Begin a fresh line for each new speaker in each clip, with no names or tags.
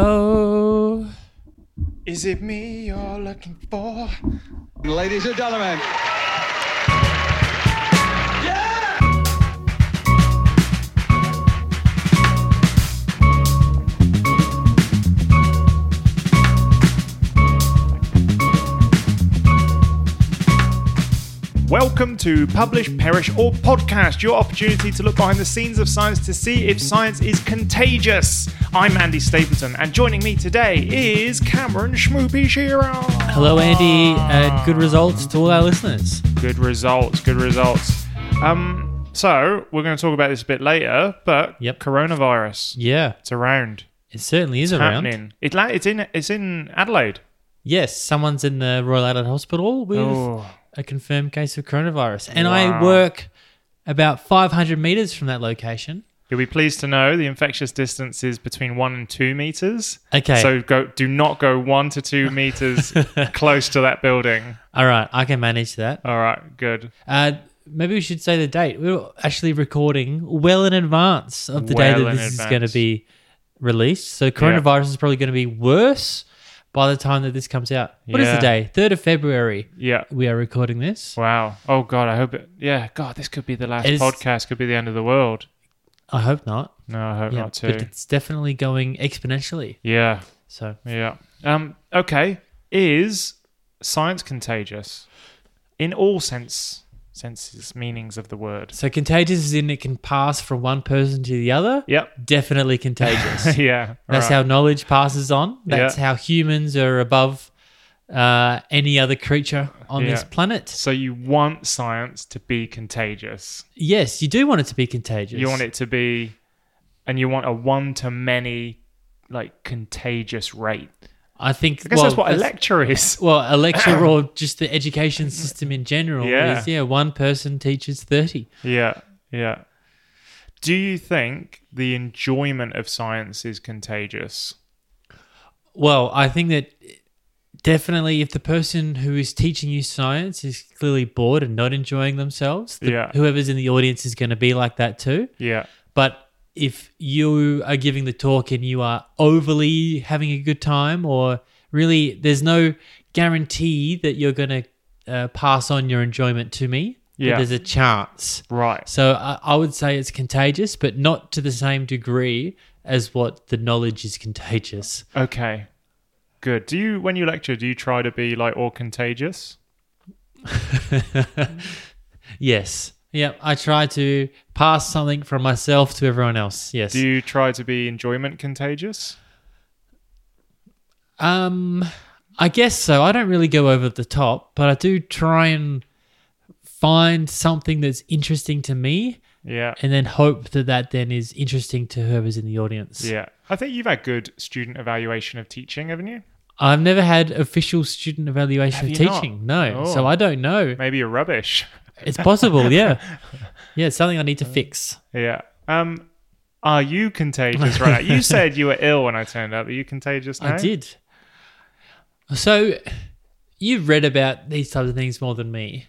Hello.
Is it me you're looking for?
Ladies and gentlemen.
Welcome to Publish, Perish, or Podcast, your opportunity to look behind the scenes of science to see if science is contagious. I'm Andy Stapleton, and joining me today is Cameron Schmoopy Shearer.
Hello, Andy, and good results to all our listeners.
Good results, good results. Um, so, we're going to talk about this a bit later, but
Yep.
coronavirus,
Yeah,
it's around.
it certainly is around.
Happening. It, la- it's, in, it's in Adelaide.
Yes, someone's in the Royal Adelaide Hospital with
Oh.
a confirmed case of coronavirus, and I
Wow.
work about 500 meters from that location.
You'll be pleased to know the infectious distance is between one and two meters.
Okay.
So go do not go one to two meters close to that building.
All right, I can manage that.
All right, good.
Uh, maybe we should say the date. We were actually recording well in advance of the day
Well
that
in
this is
advance.
going to be released. So coronavirus is probably going to be worse by the time that this comes out. What is
Yeah.
the day? Third of February.
Yeah.
We are recording this.
Wow. Oh God, I hope it yeah, God, this could be the last
It is-
podcast, could be the end of the world.
I hope not.
No, I hope not too.
but it's definitely going exponentially.
yeah.
So
Yeah. Um okay. Is science contagious? In all sense senses, meanings of the word.
so contagious is in it can pass from one person to the other.
Yep.
Definitely contagious.
yeah.
That's
right.
how knowledge passes on. That's
Yeah.
how humans are above uh, any other creature on this
Yeah.
planet.
so you want science to be contagious.
Yes, you do want it to be contagious.
You want it to be, and you want a one to many, like contagious rate.
I think.
I guess
well,
that's what a lecture is.
Well, a lecture or just the education system in general
Yeah.
is yeah, one person teaches thirty.
Yeah, yeah. Do you think the enjoyment of science is contagious?
Well, I think that definitely if the person who is teaching you science is clearly bored and not enjoying themselves, the-
Yeah.
whoever's in the audience is going to be like that too.
Yeah,
But if you are giving the talk and you are overly having a good time, or really, there's no guarantee that you're going to uh, pass on your enjoyment to me. but
Yeah.
There's a chance.
right.
So I, I would say it's contagious, but not to the same degree as what the knowledge is contagious.
Okay, good. Do you, when you lecture, do you try to be like all contagious?
Yes. Yeah, I try to pass something from myself to everyone else. Yes.
Do you try to be enjoyment contagious?
um I guess so. I don't really go over the top, but I do try and find something that's interesting to me
Yeah,
and then hope that that then is interesting to whoever's in the audience.
yeah. I think you've had good student evaluation of teaching, haven't you?
I've never had official student evaluation of
Have you not?
teaching. No.
Oh.
So I don't know.
Maybe you're rubbish.
It's possible, yeah. Yeah, it's something I need to fix.
Yeah. Um, are you contagious right now? You said you were ill when I turned up. Are you contagious now?
I did. So you've read about these types of things more than me.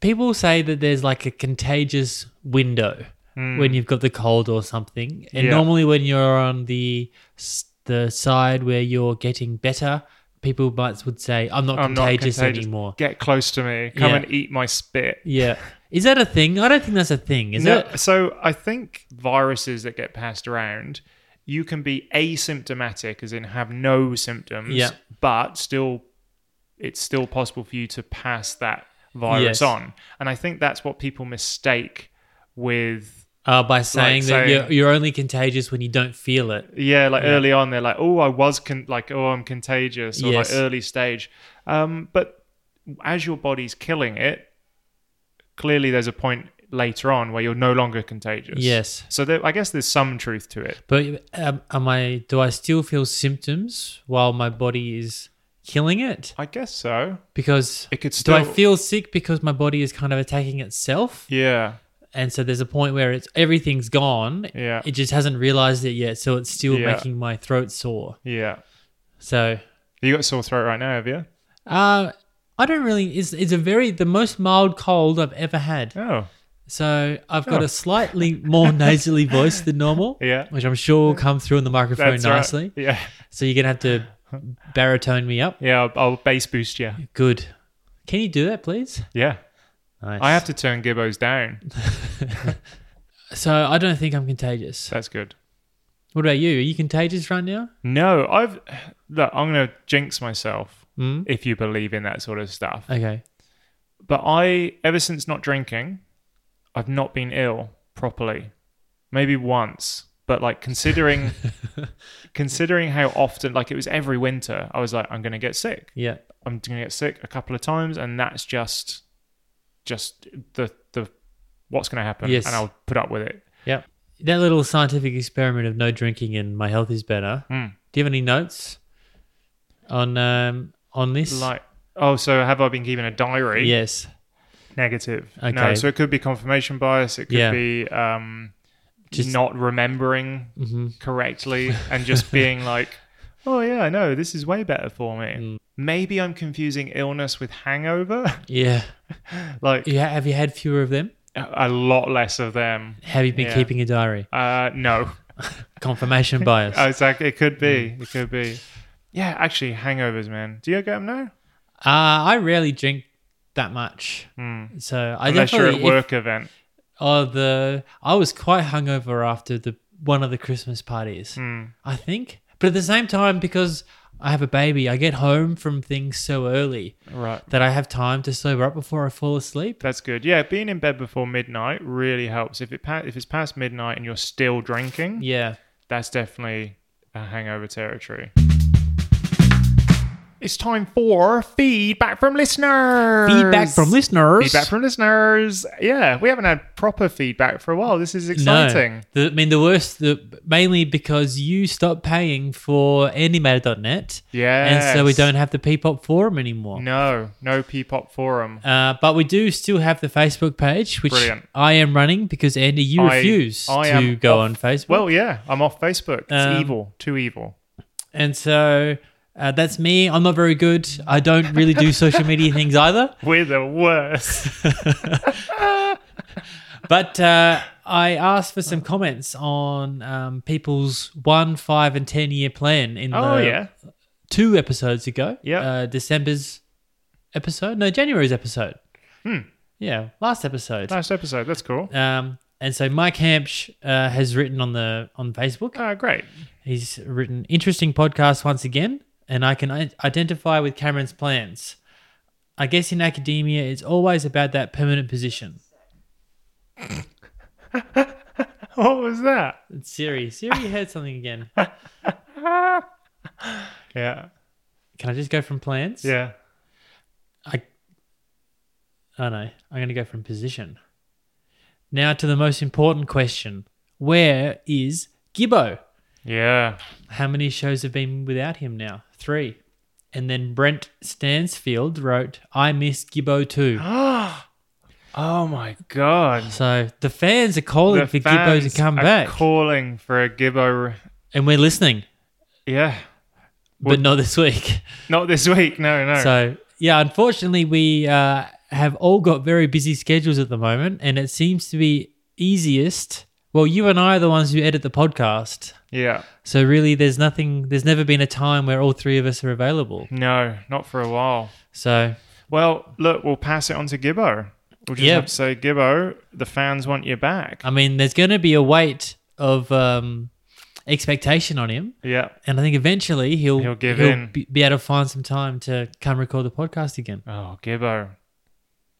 People say that there's like a contagious window when you've got the cold or something. And
Hmm. Yeah.
normally when you're on the s- the side where you're getting better, people might would say, "I'm not,
I'm not
contagious,
contagious
anymore."
Get close to me. Come
Yeah.
and eat my spit.
Yeah. Is that a thing? I don't think that's a thing. Is
No,
it?
so I think viruses that get passed around, you can be asymptomatic, as in have no symptoms,
Yeah.
but still, it's still possible for you to pass that
Yes.
virus on. And I think that's what people mistake with
Uh, by saying that
saying-
you're, you're only contagious when you don't feel it.
Yeah, like early on, they're like, "Oh, I was con- like, oh, I'm contagious," or
Yes.
like early stage. Um, but as your body's killing it, clearly there's a point later on where you're no longer contagious.
Yes.
So there, I guess there's some truth to it.
But um, am I? Do I still feel symptoms while my body is killing it?
I guess so.
Because
It could
do
still.
I feel sick because my body is kind of attacking itself?
Yeah.
And so there's a point where it's everything's gone.
Yeah.
It just hasn't realized it yet, so it's still
Yeah.
making my throat sore.
Yeah.
So
You got a sore throat right now, have you?
uh, I don't really. It's, it's a very the most mild cold I've ever had.
Oh.
So I've got
Oh.
a slightly more nasally voice than normal,
Yeah.
which I'm sure will come through in the microphone
That's right.
nicely.
Yeah,
So you're gonna have to baritone me up.
yeah. I'll, I'll bass boost you.
Good. Can you do that, please?
Yeah,
Nice.
I have to turn Gibbo's down.
So I don't think I'm contagious.
That's good.
What about you? Are you contagious right now?
No, I've look. I'm gonna jinx myself
Mm.
if you believe in that sort of stuff.
Okay.
But I, ever since not drinking, I've not been ill properly. Maybe once, but like considering, considering how often, like it was every winter, I was like, I'm gonna get sick.
Yeah.
I'm gonna get sick a couple of times, and that's just, just the the what's gonna happen,
Yes.
and I'll put up with it.
Yeah. That little scientific experiment of no drinking and my health is better.
Hmm.
Do you have any notes on um, on this?
Like, oh, so have I been keeping a diary?
yes.
Negative. No,
Okay.
so it could be confirmation bias. It could
Yeah.
be um,
Just-
not remembering
Mm-hmm.
correctly and just being like, oh, yeah, no, this is way better for me.
Mm.
Maybe I'm confusing illness with hangover.
Yeah.
like,
Yeah. Have you had fewer of them?
a a lot less of them.
Have you been
Yeah.
keeping a diary?
Uh, no.
Confirmation bias. Uh,
I was like, it could be. It could be. Yeah, actually, hangovers, man. Do you get them now?
Uh, I rarely drink that much, so I
Hmm. Unless you're
definitely.
at work event.
If, oh, the I was quite hungover after the one of the Christmas parties.
Hmm.
I think, but at the same time, because I have a baby, I get home from things so early
Right.
that I have time to sober up before I fall asleep.
That's good. Yeah, being in bed before midnight really helps. If it pa- if it's past midnight and you're still drinking,
Yeah,
that's definitely a hangover territory. It's time for feedback from listeners.
feedback from listeners.
Feedback from listeners. Yeah, we haven't had proper feedback for a while. This is
no,
exciting.
The- I mean the worst. The, mainly because you stopped paying for Animator.net, and so we
Yes.
don't have the Peepop forum anymore.
No, no P-pop forum.
Uh, but we do still have the Facebook page, which
Brilliant.
I am running because Andy, you
I-
refuse
I
to
am
go
off-
on Facebook.
Well, yeah, I'm off Facebook. It's
Um,
evil, too evil.
and so uh, that's me. I'm not very good. I don't really do social media things either.
We're the worst.
But uh, I asked for some comments on um, people's one, five, and ten year plan in
oh
the
yeah,
two episodes ago.
Yep.
uh, December's episode, no, January's episode.
Hmm.
Yeah, last episode.
last episode. That's cool.
Um, and so Mike Hampsh uh, has written on the on Facebook.
Ah, great.
He's written interesting podcast once again, and I can i- identify with Cameron's plans. I guess in academia, it's always about that permanent position.
What was that?
It's Siri. Siri heard something again.
Yeah,
Can I just go from plans?
yeah.
I. Oh no, I'm going to go from position. Now to the most important question: Where is Gibbo?
Yeah.
How many shows have been without him now? Three. And then Brent Stansfield wrote, "I miss Gibbo too."
Oh my god.
So the fans are calling for Gibbo to
fans
come
are
back,
Calling for a Gibbo. re-
and we're listening,
Yeah.
but not this week.
Not this week. No, no.
So yeah, unfortunately, we uh, have all got very busy schedules at the moment, and it seems to be easiest. Well, you and I are the ones who edit the podcast,
yeah.
so really, there's nothing. There's never been a time where all three of us are available.
No, not for a while.
So
Well, look, we'll pass it on to Gibbo. We'll just
Yeah. Uh.
have to say, Gibbo, the fans want you back.
I mean, there's going to be a weight of um, expectation on him.
yeah.
And I think eventually he'll
He'll give in.
Be, be able to find some time to come record the podcast again.
Oh, Gibbo.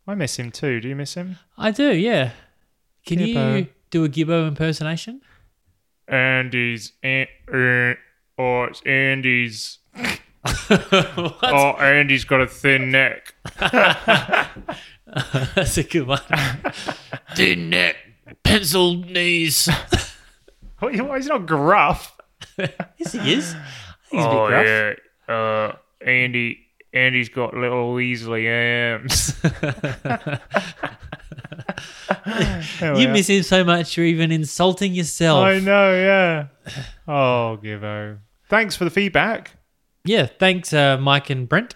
I miss him too. Do you miss him?
I do, yeah. Can you
Gibbo.
do a Gibbo impersonation?
Andy's. eh, eh, oh, it's Andy's.
What?
Oh, Andy's got a thin neck.
That's a good one. Thin neck, pencil knees.
What, he's not gruff.
yes, he is. He's a
oh
bit gruff.
yeah, uh, Andy. Andy's got little Weasley arms.
You miss him so much, you're even insulting yourself.
I know. Yeah. Oh, Gibbo. Thanks for the feedback.
Yeah, thanks, uh, Mike and Brent.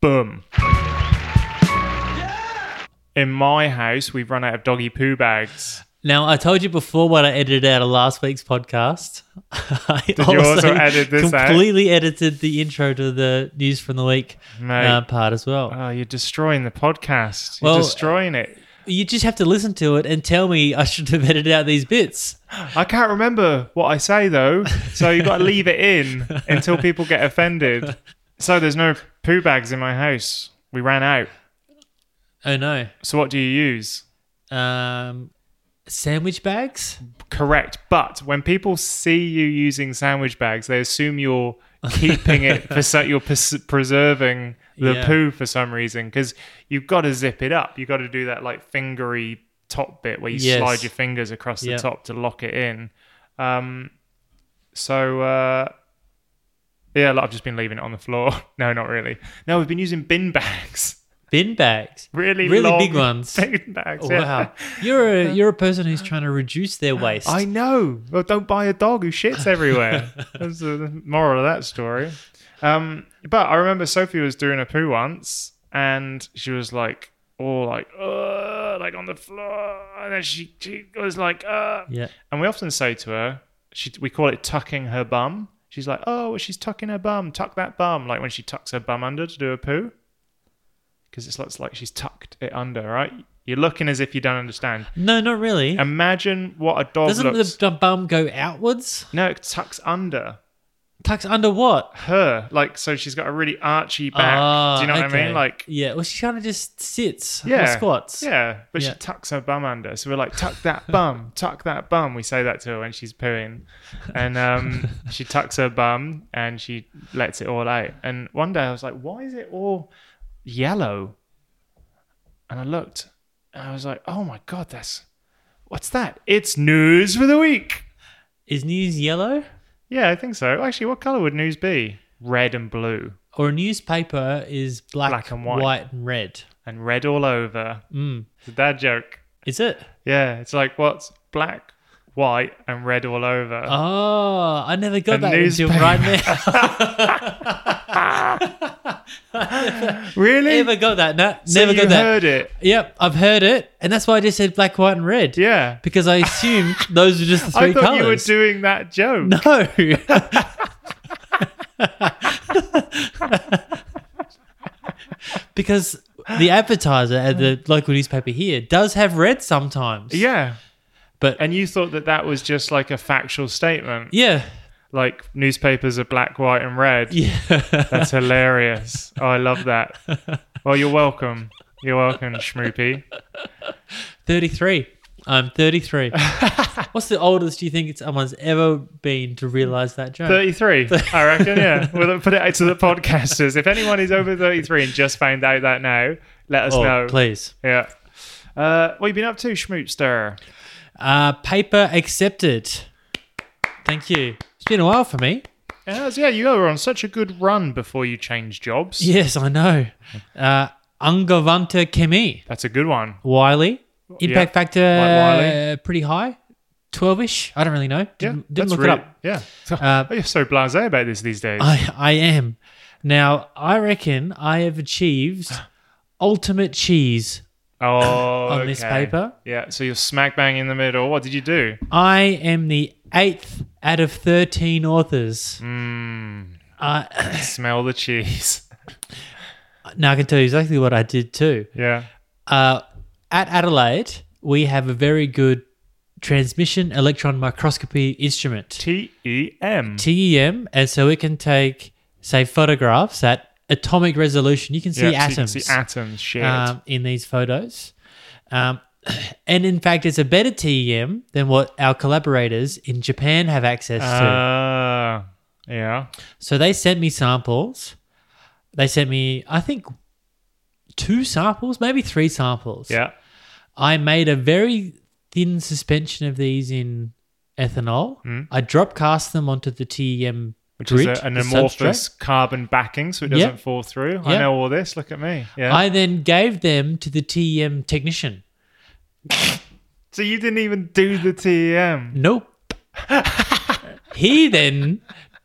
Boom. in my house, we've run out of doggy poo bags.
Now, I told you before what I edited out of last week's podcast. I Did
you also edit this out?
completely edited the intro to the news from the week
Mate.
uh, part as well.
Oh, you're destroying the podcast. You're
Well,
destroying it.
you just have to listen to it and tell me I should have edited out these bits.
I can't remember what I say though, so you've got to leave it in until people get offended. So there's no poo bags in my house. We ran out.
Oh no.
So what do you use?
Um, sandwich bags?
Correct. But when people see you using sandwich bags, they assume you're keeping it for so you're pres- preserving the
Yeah.
poo for some reason because you've got to zip it up. You've got to do that like fingery top bit where you
Yes.
slide your fingers across the
Yep.
top to lock it in. Um, so uh, yeah, like, I've just been leaving it on the floor. No, not really. No, we've been using bin bags.
Bin bags?
Really,
Really
long
big ones. Oh,
Bin bags. yeah.
Wow. You're a you're a person who's trying to reduce their waste.
I know. Well, don't buy a dog who shits everywhere. That's the moral of that story. Um, but I remember Sophie was doing a poo once, and she was like, all like, Ugh, like on the floor, and then she, she was like, Ugh.
yeah.
and we often say to her, she, we call it tucking her bum. She's like, oh, well, she's tucking her bum. Tuck that bum, like when she tucks her bum under to do a poo, because it's like, it's like she's tucked it under, right? You're looking as if you don't understand.
No, not really.
Imagine what a dog
Doesn't
looks.
the d- bum go outwards?
No, it tucks under
Tucks under what?
her. Like, so she's got a really archy back.
Ah,
Do you know what I
okay.
mean? Like,
yeah. Well, she kind of just sits. Yeah.
yeah.
Or squats.
Yeah, but
Yeah.
she tucks her bum under. So we're like, tuck that bum, tuck that bum. We say that to her when she's pooing. And um, she tucks her bum and she lets it all out. And one day I was like, why is it all yellow? And I looked and I was like, oh my God, that's. What's that? It's news for the week.
Is news yellow?
Yeah, I think so. Actually, what color would news be? Red and blue.
Or a newspaper is black,
Black and white.
and red.
and red all over.
Mm.
It's a dad joke.
Is it?
Yeah, it's like what's black, white, and red all over.
Oh, I never got
A
that until
newspaper.
right now.
really?
never got that. No,
So
never
you
got that.
heard it.
Yep, I've heard it, and that's why I just said black, white, and red.
Yeah.
because I assumed those are just the three
I thought you were
colors.
doing that joke.
no. because the advertiser at the local newspaper here does have red sometimes.
Yeah.
But
And you thought that that was just like a factual statement,
yeah.
like newspapers are black, white, and red.
Yeah.
That's hilarious. Oh, I love that. Well, you're welcome. You're welcome, Schmoopy.
33. I'm 33. What's the oldest you think someone's ever been to realize that joke?
33, I reckon, yeah. We'll put it out to the podcasters. If anyone is over 33 and just found out that now, let us
oh,
know.
please.
Yeah. Uh, what you been up to, Schmootster?
Uh, paper accepted. Thank you. It's been a while for me.
Yeah, yeah, you were on such a good run before you changed jobs.
Yes, I know. Uh, Angavanta Chemie.
That's a good one.
Wiley. Impact factor
Wiley.
uh, pretty high. 12 ish. I don't really know. Didn't,
Yeah,
didn't
that's
look
really-
it up.
Yeah.
Uh,
Oh, you're so blasé about this these days.
I, I am. Now, I reckon I have achieved ultimate cheese.
oh,
on this
okay.
paper.
Yeah, so you're smack bang in the middle. What did you do?
I am the eighth out of 13 authors.
Hmm.
Uh,
Smell the cheese.
now, I can tell you exactly what I did too.
Yeah.
Uh, at Adelaide, we have a very good transmission electron microscopy instrument.
T E M.
TEM, and so it can take, say, photographs at atomic resolution. You can see
Yeah, so you can
E atoms
see atoms. Shit.
um, in these photos. Um, and in fact, it's a better TEM than what our collaborators in Japan have access to.
Ah, yeah.
So they sent me samples. They sent me, I think, two samples, maybe three samples.
Yeah.
I made a very thin suspension of these in ethanol. I drop cast them onto the TEM
Hmm. Which
grid,
is a, an
the
amorphous
substrate.
carbon backing, so it
Yeah.
doesn't fall through. I
Yeah.
know all this. Look at me. Yeah.
I then gave them to the TEM technician.
so you didn't even do the TEM.
Nope. he then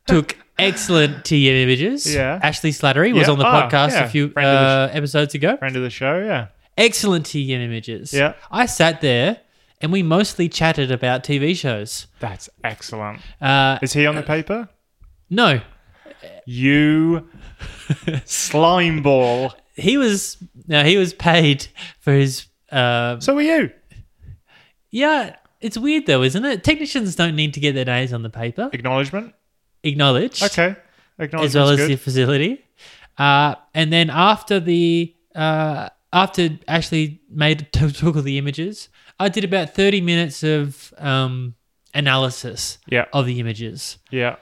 took excellent TEM images.
Yeah.
Ashley Slattery was
Yeah.
on the
Ah,
podcast
yeah.
a few
Friend of the
uh, episodes ago.
Friend of the show, yeah.
excellent TM images.
Yeah.
I sat there and we mostly chatted about TV shows.
That's excellent.
Uh,
Is he on the paper?
no,
You slime ball.
he was no, he was paid for his. Uh,
So are you.
yeah, it's weird though, isn't it? Technicians don't need to get their names on the paper.
Acknowledgement.
Acknowledged.
Okay. Acknowledgement.
as well as the facility. Uh, and then after the uh, after Ashley made took all the images, I did about thirty minutes of um, analysis
Yeah.
of the images.
yeah.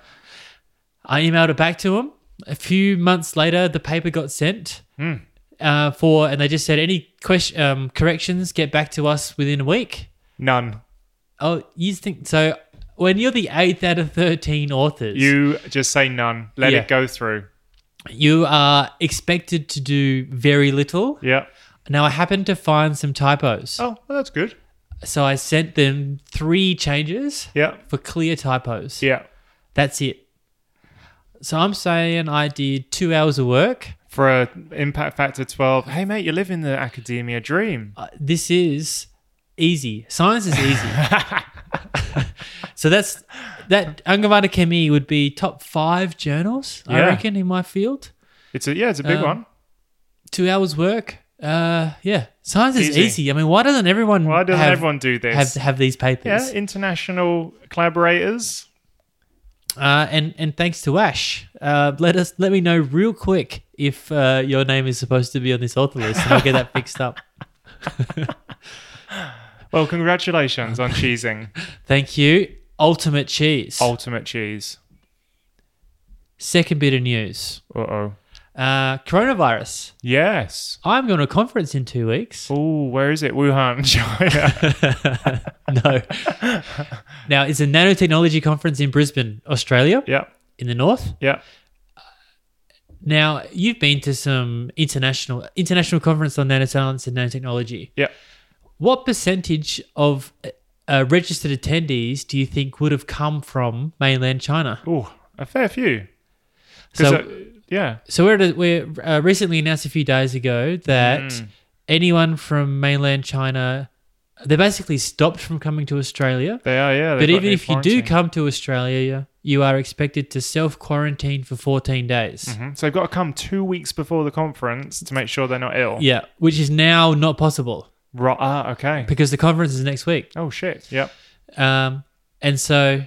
I emailed it back to him. A few months later, the paper got sent
Hmm.
uh, for, and they just said any question um, corrections get back to us within a week.
None.
Oh, you think so? When you're the eighth out of thirteen authors,
You just say none. Let
Yeah.
it go through.
you are expected to do very little.
Yeah.
Now I happened to find some typos,
Oh, well, that's good.
so I sent them three changes
Yeah.
for clear typos.
Yeah.
That's it. So I'm saying I did two hours of work.
For a impact factor 12. Hey, mate, you live in the academia dream.
Uh, this is easy. Science is easy. so that's that. Angavada Chemie would be top five journals, I
Yeah.
reckon, in my field.
It's a, yeah, it's a big
Um,
one.
Two hours work. Uh, yeah, science is
Easy.
easy. I mean, why doesn't everyone?
Why doesn't
have,
everyone do this?
have have these papers?
yeah, international collaborators.
Uh, and and thanks to Ash. Uh, let us let me know real quick if uh, your name is supposed to be on this author list, and I'll get that fixed up.
Well, congratulations on cheesing
Thank you. Ultimate cheese.
Ultimate Cheese.
Second bit of news.
Uh oh.
Uh, coronavirus.
Yes.
I'm going to a conference in two weeks.
Oh, where is it? Wuhan, China.
no. now it's a nanotechnology conference in Brisbane, Australia,
yeah,
in the north.
yeah.
Now you've been to some international international conference on nanoscience and nanotechnology.
Yeah.
What percentage of uh, registered attendees do you think would have come from mainland China?
Oh, a fair few. 'Cause,
So,
uh, yeah,
so we're, at a- we're uh, recently announced a few days ago that anyone from mainland China, they're basically stopped from coming to Australia.
they are. Yeah,
But even if you do come to Australia, you are expected to self quarantine for 14 days.
come, Mm-hmm. so they've got to come two weeks before the conference to make sure they're not ill.
Yeah, which is now not possible
Right. Ah, okay.
because the conference is next week.
Oh shit. Yep.
Um, and so,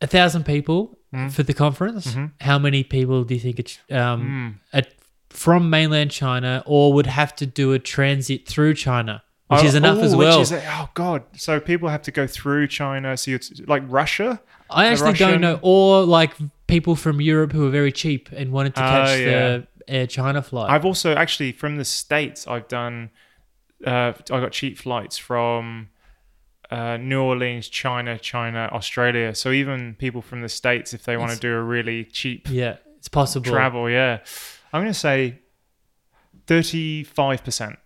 a thousand people
Mm.
for the conference.
Mm-hmm.
How many people do you think it's
Mm.
um, at, from mainland China or would have to do a transit through China, which
Oh,
is enough
oh,
as
which
well?
is- oh god. So people have to go through China. So you're t- like Russia.
I
the
actually
Russian-
don't know. Or like people from Europe who are very cheap and wanted to
Oh,
catch
yeah.
the Air China flight.
I've also actually from the states. I've done. Uh, I got cheap flights from uh, New Orleans, China, China, Australia. So even people from the states, if they want to
It's-
do a really cheap
yeah, it's possible.
travel, yeah, I'm going to say thirty-five percent.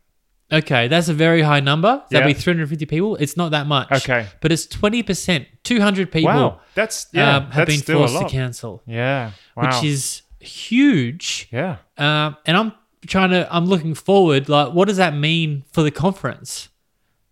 Okay, that's a very high number. That'd
Yeah.
be 350 people. It's not that much.
Okay.
But it's 20%, 200 people
Wow, that's yeah,
um, have
that's
been
still
forced
a
to
lot.
cancel.
yeah, wow.
which is huge.
yeah.
Um, and I'm trying to, I'm looking forward, like, what does that mean for the conference?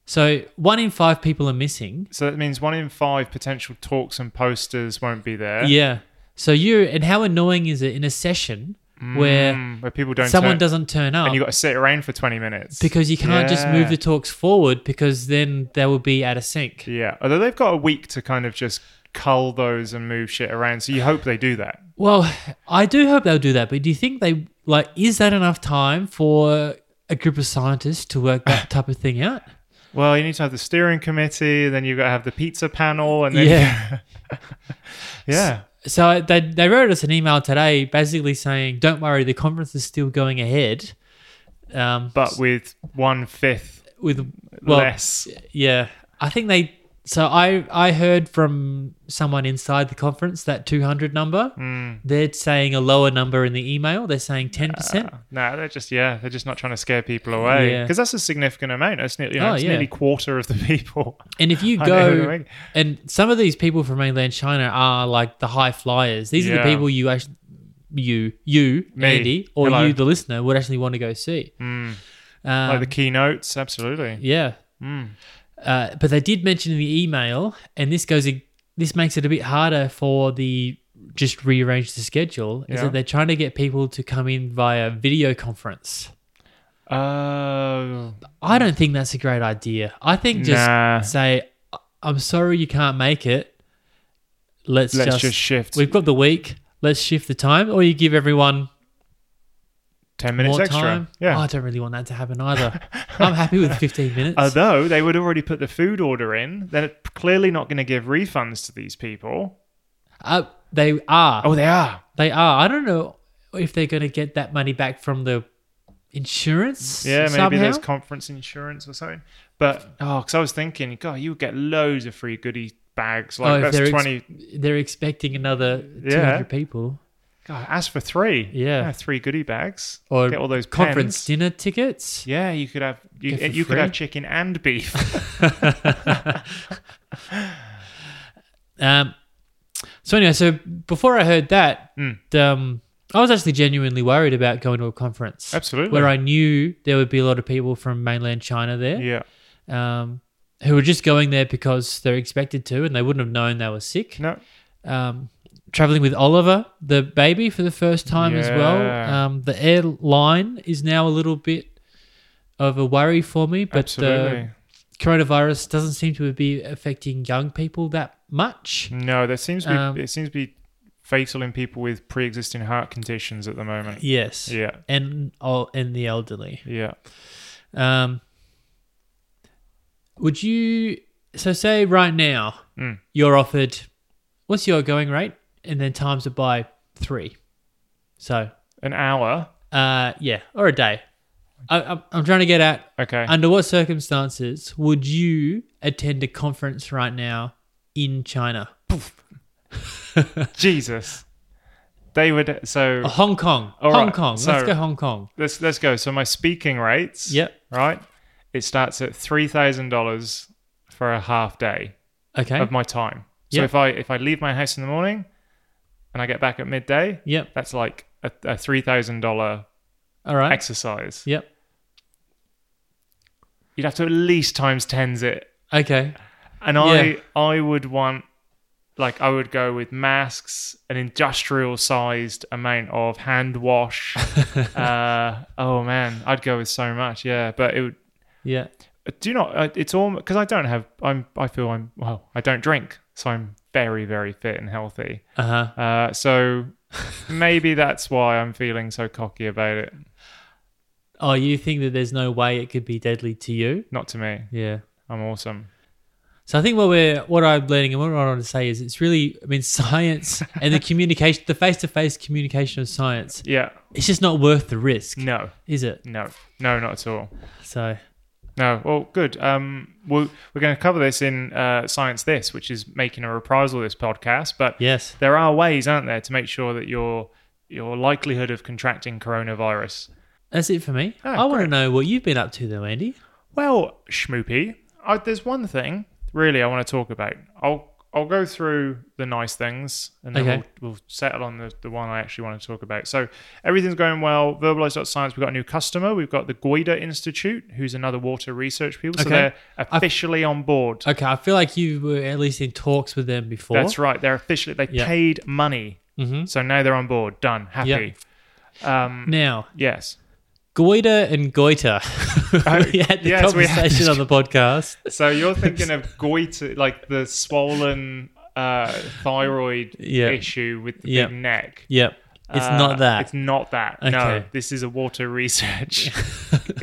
So one in five people are missing.
So that means one in five potential talks and posters won't be there.
Yeah. So you, and how annoying is it in a session where
Mm, where people don't.
someone
turn-
doesn't turn up
and you got to sit around for twenty minutes
because you can't just move
Yeah.
the talks forward because then they will be out of sync.
Yeah, although they've got a week to kind of just cull those and move shit around, so you hope they do that.
Well, I do hope they'll do that, but do you think they, like, is that enough time for a group of scientists to work that type of thing out?
Well, you need to have the steering committee, then you've got to have the pizza panel, and then
Yeah.
yeah,
so they, they wrote us an email today basically saying don't worry the conference is still going ahead um,
but with one fifth
with well
less.
yeah i think they so i i heard from someone inside the conference that 200 number
Hmm.
they're saying a lower number in the email they're saying 10%
No, they're just yeah, they're just not trying to scare people away
Yeah.
because that's a significant amount. That's nearly, you know,
Oh,
it's
yeah.
nearly quarter of the people.
and if you
I know what I
go
mean.
and some of these people from mainland china are like the high flyers these are
Yeah.
the people you actually you you
Me.
andy or
Hello. Hmm.
you the listener would actually want to go see Um,
like the Hmm. keynotes, absolutely.
yeah. Uh, but they did mention in the email, and this goes, this makes it a bit harder for the just rearrange the schedule. Is
Yeah.
that they're trying to get people to come in via video conference.
Uh,
I don't think that's a great idea. I think just
Nah.
say, "I- "I'm sorry you can't make it. Let's,
Let's
just,
just shift."
We've got the week. Let's shift the time, or you give everyone
ten minutes
more
extra.
time. Oh,
Yeah.
I don't really want that to happen either. I'm happy with 15 minutes.
Although they would already put the food order in, they're clearly not going to give refunds to these people.
Uh, they are.
Oh, they are.
They are. I don't know if they're going to get that money back from the insurance.
Yeah, maybe
somehow.
there's conference insurance or something. But oh, because I was thinking, God, you would get loads of free goodie bags.
Oh,
Like
if
that's
they're, ex-
twenty.
they're expecting another 200
Yeah.
people
God, ask for three.
Yeah.
three goodie bags.
or
get all those
conference
pens.
dinner tickets.
Yeah, you could have you,
Get for
you could
free.
have chicken and beef.
Um, so anyway, so before I heard that,
Mm.
um, I was actually genuinely worried about going to a conference.
Absolutely.
Where I knew there would be a lot of people from mainland China there.
yeah.
um, who were just going there because they're expected to and they wouldn't have known they were sick.
No.
Um, traveling with Oliver, the baby, for the first time as well.
Yeah.
Um, the airline is now a little bit of a worry for me,
uh,
but
Absolutely.
the coronavirus doesn't seem to be affecting young people that much.
No, there seems to be
Um,
it seems to be fatal in people with pre-existing heart conditions at the moment.
Yes.
Yeah.
And oh, and the elderly.
Yeah.
Um, would you so say right now
Mm.
you're offered what's your going rate and then times it by three, so
An hour.
uh yeah or a day. I, I'm, I'm trying to get at
Okay.
under what circumstances would you attend a conference right now in China,
Jesus. They would so
Hong Kong,
All
Hong
right,
Kong?
so-
Let's go Hong Kong.
let's let's go. So my speaking rates.
Yep.
Right? It starts at three thousand dollars for a half day
Okay.
of my time. So
Yeah.
if I if I leave my house in the morning and I get back at midday,
Yep.
that's like a, a three thousand dollar
All right.
exercise.
Yep.
You'd have to at least times tens it.
Okay.
And I I would want like I would go with masks, an industrial sized amount of hand wash. uh, oh man, I'd go with so much, yeah. But it would
Yeah.
do you not. uh, It's all because I don't have. I'm. I feel I'm. Well, I don't drink, so I'm very very fit and healthy.
Uh huh.
Uh, so maybe that's why I'm feeling so cocky about it.
Oh, you think that there's no way it could be deadly to you?
Not to me.
Yeah.
I'm awesome.
So I think what we're what I'm learning and what I want to say is it's really I mean science and the communication the face to face communication of science
Yeah.
it's just not worth the risk
No.
is it
No. No. Not at all.
so
No, well, good. Um, we'll, we're going to cover this in uh, Science This, which is making a reprisal of this podcast. But
yes
there are ways, aren't there, to make sure that your your likelihood of contracting coronavirus.
that's it for me
Ah,
I want to know what you've been up to though Andy
Well, Schmoopy, I, there's one thing really I want to talk about. I'll I'll go through the nice things and then
Okay.
we'll, we'll settle on the, the one I actually want to talk about. So everything's going well. Verbalize.science, we've got a new customer. We've got the Guida Institute, who's another water research people. So
Okay.
they're officially on board.
okay I feel like you were at least in talks with them before
That's right. They're officially they
Yeah.
paid money,
mm-hmm.
so now they're on board. Done. Happy. Um,
now
yes.
goiter and goiter we had the
yes, we had
conversation
this-
on the podcast
So you're thinking of goiter, like the swollen uh, thyroid
Yeah.
issue with the
Yeah.
big neck.
yep it's
Uh,
not that
It's not that. No,
Okay.
this is a water research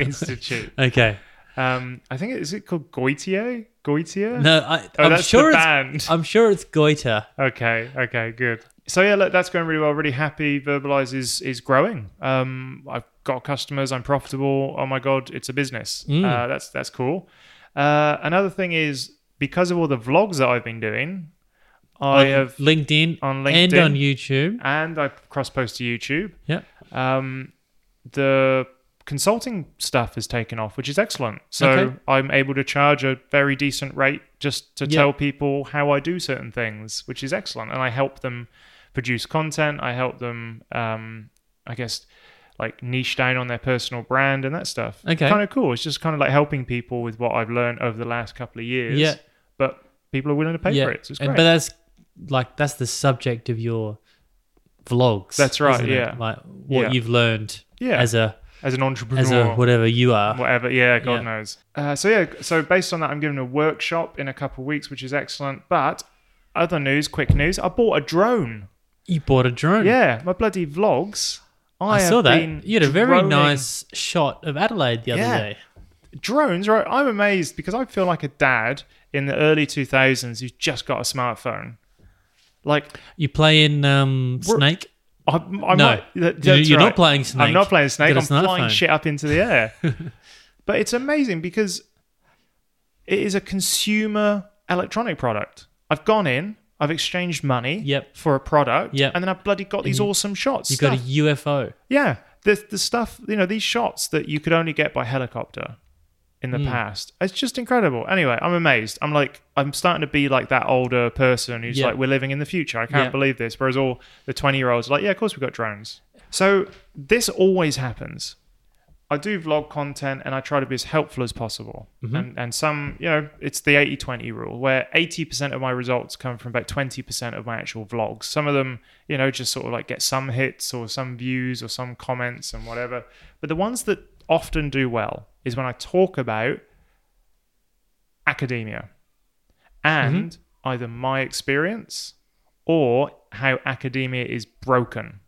institute.
okay
Um, I think it, is it called Goitier? Goitier?
no I,
Oh,
I'm
that's
sure
the
it's
band.
I'm sure it's goiter
Okay, okay, good. So yeah, look, that's going really well. Really happy. Verbalize is is growing. Um, I've got customers. I'm profitable. Oh my god, it's a business. Uh, that's that's cool. Uh, another thing is because of all the vlogs that I've been doing, I have
LinkedIn
on
and
LinkedIn.
on YouTube
and I cross post to YouTube.
yep
Um, the consulting stuff has taken off, which is excellent. So
Okay.
I'm able to charge a very decent rate just to
Yeah.
tell people how I do certain things, which is excellent. And I help them produce content. I help them, um, I guess, like niche down on their personal brand and that stuff.
Okay.
Kind of cool. It's just kind of like helping people with what I've learned over the last couple of years.
Yeah.
But people are willing to pay
yeah.
for it. So it's
And-
great.
but that's like that's the subject of your vlogs.
That's right,
isn't it?
yeah.
Like what
Yeah.
you've learned
Yeah.
as a
as an entrepreneur.
as a whatever you are.
whatever. Yeah, God
Yeah.
knows. Uh, so yeah, so based on that, I'm giving a workshop in a couple of weeks, which is excellent. But other news, quick news: I bought a drone.
You bought a drone.
Yeah, my bloody vlogs. I,
I,
have
saw
been
that. You had a very
droning-
nice shot of Adelaide the other
Yeah.
day.
drones. Right, I'm amazed because I feel like a dad in the early 2000s who's just got a smartphone. Like
You play in um,
We're-
Snake.
I, I
No.
might. that-
You-
that's
you're not
right.
playing Snake.
I'm not playing Snake.
Get a
I'm flying
smartphone.
shit up into the air. but it's amazing because it is a consumer electronic product. I've gone in, I've exchanged money
Yep.
for a product,
Yep.
and then I've bloody got these awesome shots.
You got a
stuff.
UFO.
yeah, the, the stuff, you know, these shots that you could only get by helicopter in
Hmm.
the past. It's just incredible. Anyway, I'm amazed. I'm like, I'm starting to be like that older person who's
Yeah.
like, we're living in the future. I can't
Yeah.
believe this. Whereas all the 20 year olds are like, yeah, of course we've got drones. So this always happens. I do vlog content and I try to be as helpful as possible. And, and some, you know, it's the 80 20 rule where 80% of my results come from about 20% of my actual vlogs. Some of them, you know, just sort of like get some hits or some views or some comments and whatever. But the ones that often do well is when I talk about academia and either my experience or how academia is broken.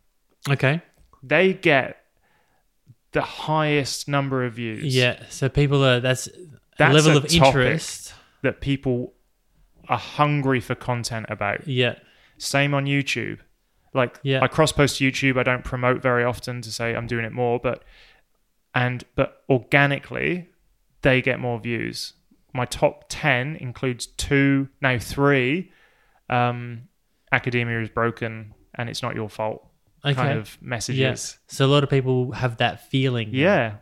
Okay.
They get the highest number of views
Yeah. So people are that's,
That's
a level
a
of
topic.
interest.
that people are hungry for content about.
Yeah.
Same on YouTube. Like
Yeah.
I cross post YouTube, I don't promote very often to say I'm doing it more, but and but organically they get more views. My top ten includes two, no three. Um, academia is broken and it's not your fault.
Okay.
Kind of messages.
Yes. So a lot of people have that feeling.
Yeah.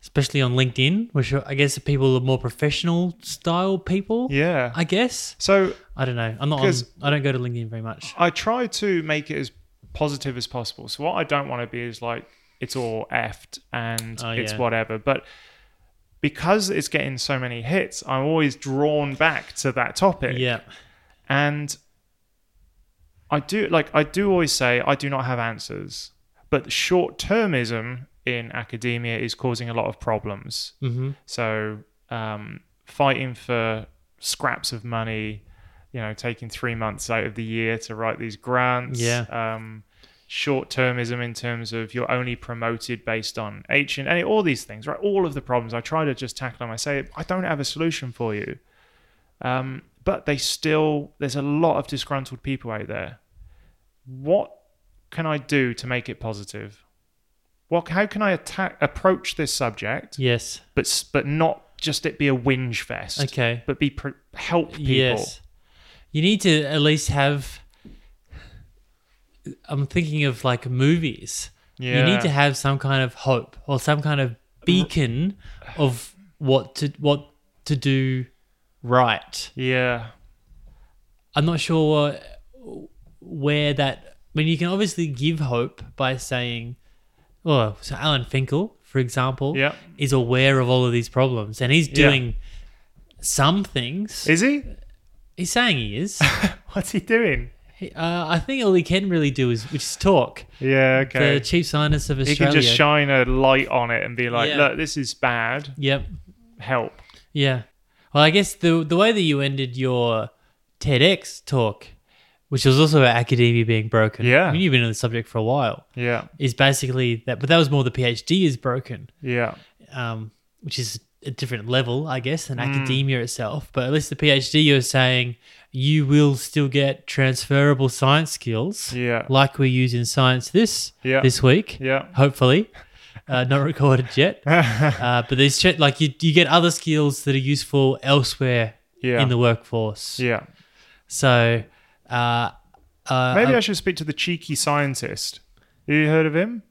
Especially on LinkedIn, which I guess people are more professional style people.
Yeah.
I guess.
so
I don't know. I'm not on,
'Cause-
I don't go to LinkedIn very much.
I try to make it as positive as possible. So what I don't want to be is like it's all effed and
Oh,
it's
yeah.
whatever. But because it's getting so many hits, I'm always drawn back to that topic.
Yeah.
And I do like I do always say I do not have answers. But short termism in academia is causing a lot of problems.
hmm
So um, fighting for scraps of money, you know, taking three months out of the year to write these grants.
Yeah.
Um, Short termism in terms of you're only promoted based on age and and all these things, right? All of the problems. I try to just tackle them. I say I don't have a solution for you, um, but they still there's a lot of disgruntled people out there. What can I do to make it positive? What? How can I attack approach this subject
Yes.
but s- but not just it be a whinge fest.
Okay.
But be pr- help people.
Yes. You need to at least have. I'm thinking of like movies. You
Yeah.
need to have some kind of hope or some kind of beacon of what to what to do right.
Yeah.
I'm not sure where that. I mean, you can obviously give hope by saying, "Well, so Alan Finkel, for example,
Yeah.
is aware of all of these problems and he's
Yeah.
doing some things."
Is he?
he's saying he is.
What's he doing?
He- Uh, I think all he can really do is which is talk.
Yeah. Okay.
The chief scientist of
he
Australia.
can just shine a light on it and be like,
Yeah.
"Look, this is bad.
Yep.
Help."
Yeah. Well, I guess the the way that you ended your TEDx talk, which was also about academia being broken.
Yeah.
I mean, you've been on the subject for a while.
Yeah.
Is basically that, but that was more the PhD is broken,
Yeah.
um, which is a different level, I guess, than
Mm.
academia itself. But at least the PhD, you're saying you will still get transferable science skills.
Yeah.
like we use in science this
Yeah.
this week.
Yeah.
Hopefully, uh, not recorded yet. uh, but these ch- like you you get other skills that are useful elsewhere
Yeah.
in the workforce.
yeah.
So uh, uh,
Maybe I should speak to the cheeky scientist. Have you heard of him?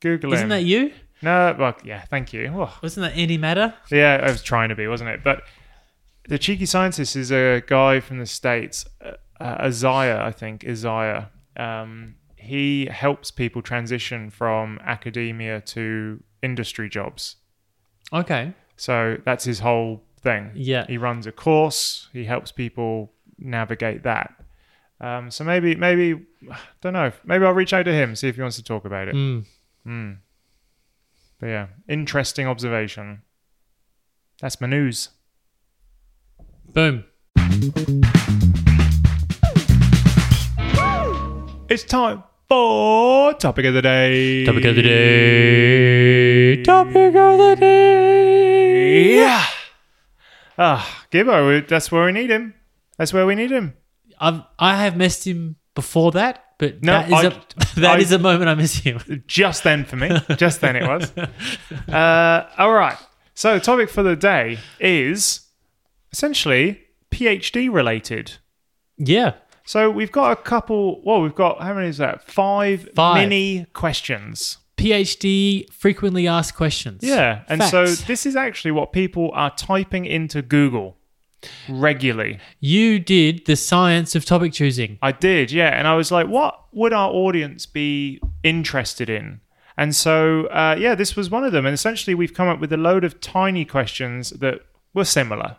Google
isn't
him.
that you?
no. Well, yeah. Thank you. Oh,
Wasn't that antimatter?
Yeah, I was trying to be, wasn't it? But the cheeky scientist is a guy from the states, uh, uh, Isaiah, I think, Isaiah. Um, he helps people transition from academia to industry jobs.
Okay.
So that's his whole thing.
Yeah.
He runs a course. He helps people navigate that. Um, so maybe, maybe, don't know. Maybe I'll reach out to him see if he wants to talk about it.
Mm.
But yeah, interesting observation. That's my news.
Boom.
It's time for topic of the day.
Topic of the day. Topic of the day.
Yeah. Ah, Gibbo, we- that's where we need him. That's where we need him.
I've I have missed him before that, but
No,
that is
I-
a that
I-
is a moment I miss him.
Just then for me. Just then it was. Uh, all right. So, topic for the day is essentially PhD related.
yeah.
So, we've got a couple. Well, we've got how many is that? Five,
Five.
mini questions.
PhD frequently asked questions.
Yeah. And so,
Facts.
this is actually what people are typing into Google regularly.
you did the science of topic choosing.
I did, yeah. And I was like, what would our audience be interested in? And so, uh, yeah, this was one of them. And essentially, we've come up with a load of tiny questions that were similar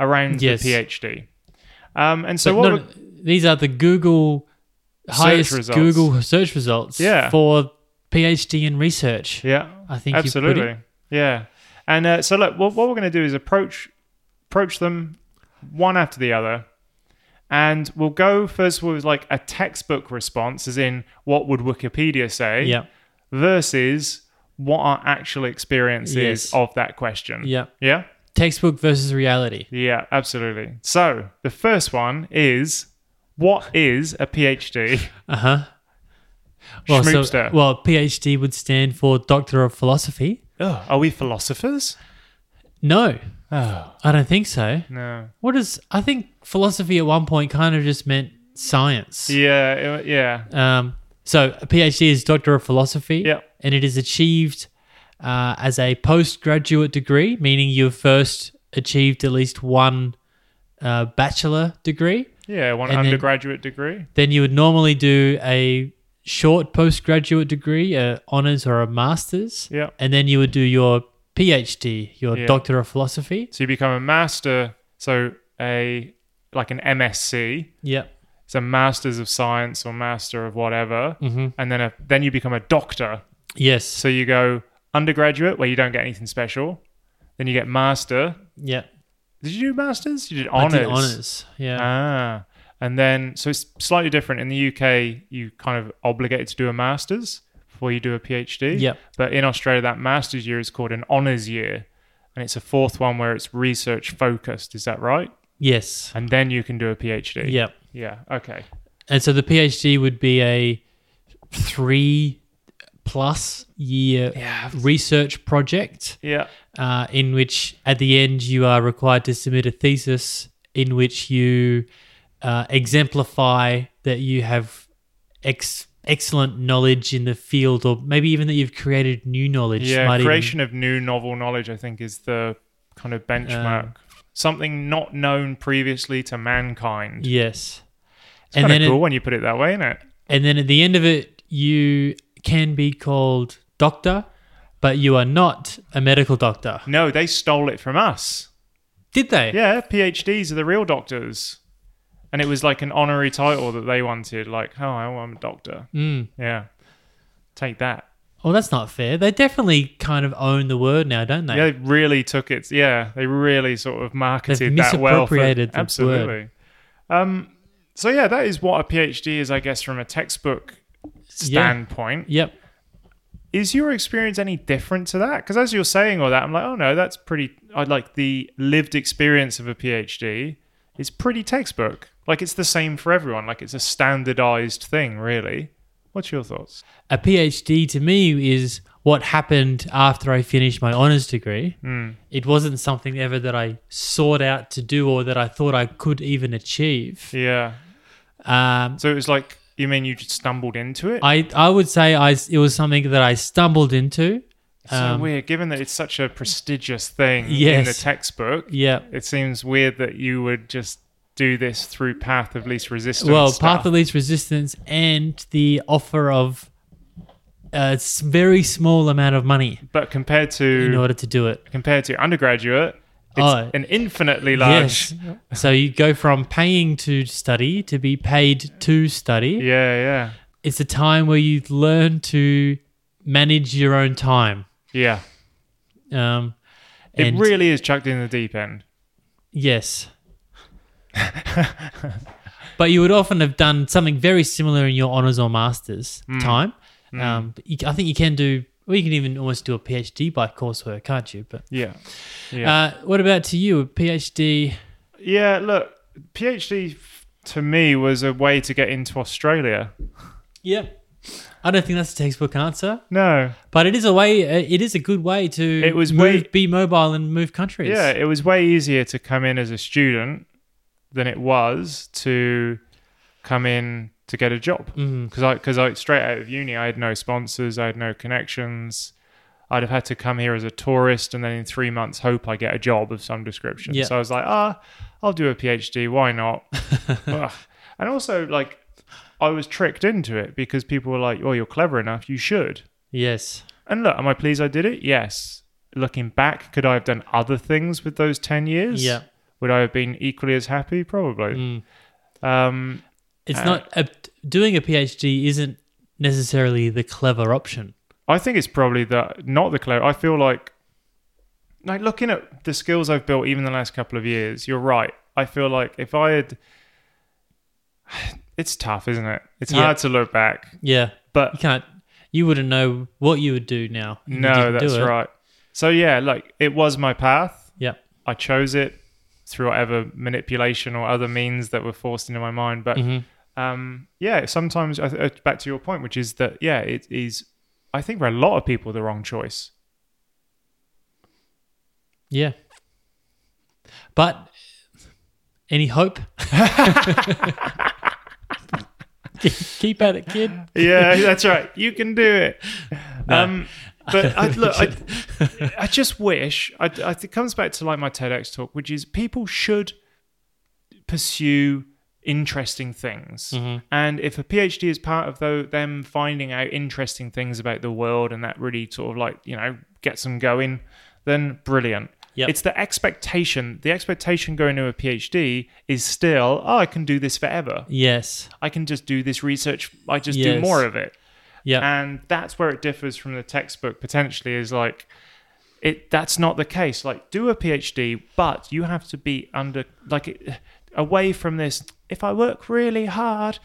around
Yes.
the PhD. Um, and so,
But
what?
no,
would-
these are the Google highest
results.
Google search results
Yeah.
for PhD in research.
yeah,
I think you put
absolutely,
it-
yeah. And uh, so, look, what, what we're going to do is approach approach them one after the other. And we'll go first with like a textbook response, as in what would Wikipedia say?
Yeah.
versus what our actual experience is
Yes.
of that question.
Yeah.
Yeah.
Textbook versus reality.
Yeah, absolutely. So the first one is what is a PhD?
Uh huh. Well, so-
Schmoopster.
well, PhD would stand for Doctor of Philosophy.
Are we philosophers?
No,
Oh.
I don't think so.
No.
What is? I think philosophy at one point kind of just meant science.
Yeah, it- yeah.
Um, so a PhD is Doctor of Philosophy,
Yeah.
and it is achieved uh, as a postgraduate degree, meaning you've first achieved at least one uh, bachelor degree.
Yeah, one
And then-
undergraduate degree.
Then you would normally do a short postgraduate degree, a honors or a master's,
Yeah.
and then you would do your PhD, your
Yeah.
Doctor of Philosophy.
So you become a master, so a like an MSc,
Yep.
it's a master's of science or master of whatever,
Mm-hmm.
and then a, then you become a doctor,
Yes.
So you go undergraduate where you don't get anything special, then you get master.
Yep.
Did you do masters? You did
I
honors.
did honors. Yeah.
Ah, and then so it's slightly different in the UK. You kind of obligated to do a masters before you do a PhD.
Yep.
But in Australia, that masters year is called an honors year, and it's a fourth one where it's research focused. Is that right?
yes.
And then you can do a PhD.
Yep.
Yeah. Okay.
And so the PhD would be a three plus year research project
Yeah.
uh, in which at the end you are required to submit a thesis in which you uh, exemplify that you have ex- excellent knowledge in the field or maybe even that you've created new knowledge.
Yeah,
Might even-
creation of new novel knowledge, I think, is the kind of benchmark.
Um,
Something not known previously to mankind.
yes.
It's kind of
it-
cool when you put it that way, isn't it?
And then at the end of it, you can be called doctor, but you are not a medical doctor.
No, they stole it from us.
Did they?
Yeah, PhDs are the real doctors. And it was like an honorary title that they wanted, like, oh, I'm a doctor.
Mm.
Yeah. Take that.
Well, that's not fair. They definitely kind of own the word now, don't they?
Yeah, they really took it. Yeah, they really sort of marketed that well. for-
misappropriated the
absolutely. Um, so yeah, that is what a PhD is, I guess, from a textbook standpoint.
Yep.
is your experience any different to that? Because as you're saying all that, I'm like, oh no, that's pretty. I like the lived experience of a PhD is pretty textbook. Like it's the same for everyone. Like it's a standardized thing, really. What's your thoughts?
A PhD to me is what happened after I finished my honours degree.
Hmm.
It wasn't something ever that I sought out to do or that I thought I could even achieve.
Yeah.
Um,
So it was like, you mean you just stumbled into it?
I I would say I it was something that I stumbled into.
so weird, given that it's such a prestigious thing in the
um, Yes.
textbook.
Yeah.
It seems weird that you would just do this through path of least resistance.
Well,
stuff.
path of least resistance and the offer of a s- very small amount of money
but compared
in
to
order to do it.
compared to undergraduate, it's
Oh.
an infinitely large.
Yes. So you go from paying to study to be paid to study.
Yeah,
It's a time where you learn to manage your own time.
yeah, yeah.
Um,
It
and
really is chucked in the deep end.
yes. but you would often have done something very similar in your honors or masters
Hmm.
time. Um, but you, I think you can do. Well, you can even almost do a PhD by coursework, can't you? But
Yeah, yeah,
uh, what about to you? A PhD?
yeah. Look, PhD f- to me was a way to get into Australia.
Yeah. I don't think that's a textbook answer.
No,
But it is a way. uh, It is a good way to
It was
move,
way-
be mobile and move countries.
yeah, it was way easier to come in as a student than it was to come in to get a job.
Mm.
because I because I straight out of uni, I had no sponsors, I had no connections. I'd have had to come here as a tourist, and then in three months, hope I get a job of some description.
Yeah.
So I was like, ah, I'll do a PhD. Why not? Ugh. and also, like, I was tricked into it because people were like, "Oh, you're clever enough. You should."
Yes.
And look, am I pleased I did it? Yes. Looking back, could I have done other things with those ten years?
Yeah.
Would I have been equally as happy? Probably.
Mm.
Um,
It's
Uh,
not a, doing a PhD isn't necessarily the clever option.
I think it's probably the not the clever. I feel like like looking at the skills I've built even the last couple of years. You're right. I feel like if I had, it's tough, isn't it? It's
Yeah.
hard to look back,
Yeah. You
but
can't. You wouldn't know what you would do now. if you
no,
didn't do
that's
it.
right. So yeah, like it was my path.
Yeah.
I chose it through whatever manipulation or other means that were forced into my mind. But
Mhm.
um, yeah, sometimes I th- uh, back to your point, which is that yeah, it is. I think for a lot of people, the wrong choice.
Yeah. But any hope? Keep at it, kid.
yeah, that's right. You can do it. Um, but I, look, I, I just wish I, I, it comes back to like my TEDx talk, which is people should pursue interesting things.
Mm-hmm.
And if a PhD is part of tho- them finding out interesting things about the world and that really sort of like, you know, gets them going, then brilliant.
Yep.
It's the expectation. The expectation going to a PhD is still, oh, I can do this forever.
Yes.
I can just do this research. I just do
Yes.
more of it
Yeah.
and that's where it differs from the textbook potentially is like it that's not the case like do a phd but you have to be under like it- away from this if i work really hard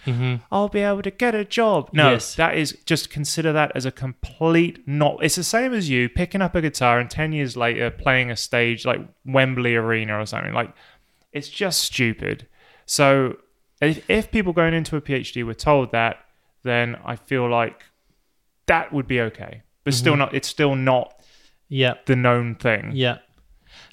i'll be able to get a job no
Yes.
that is just consider that as a complete not it's the same as you picking up a guitar and 10 years later playing a stage like wembley arena or something like it's just stupid so if, if people going into a phd were told that then i feel like that would be okay but still not it's still not
Yeah.
the known thing
Yeah.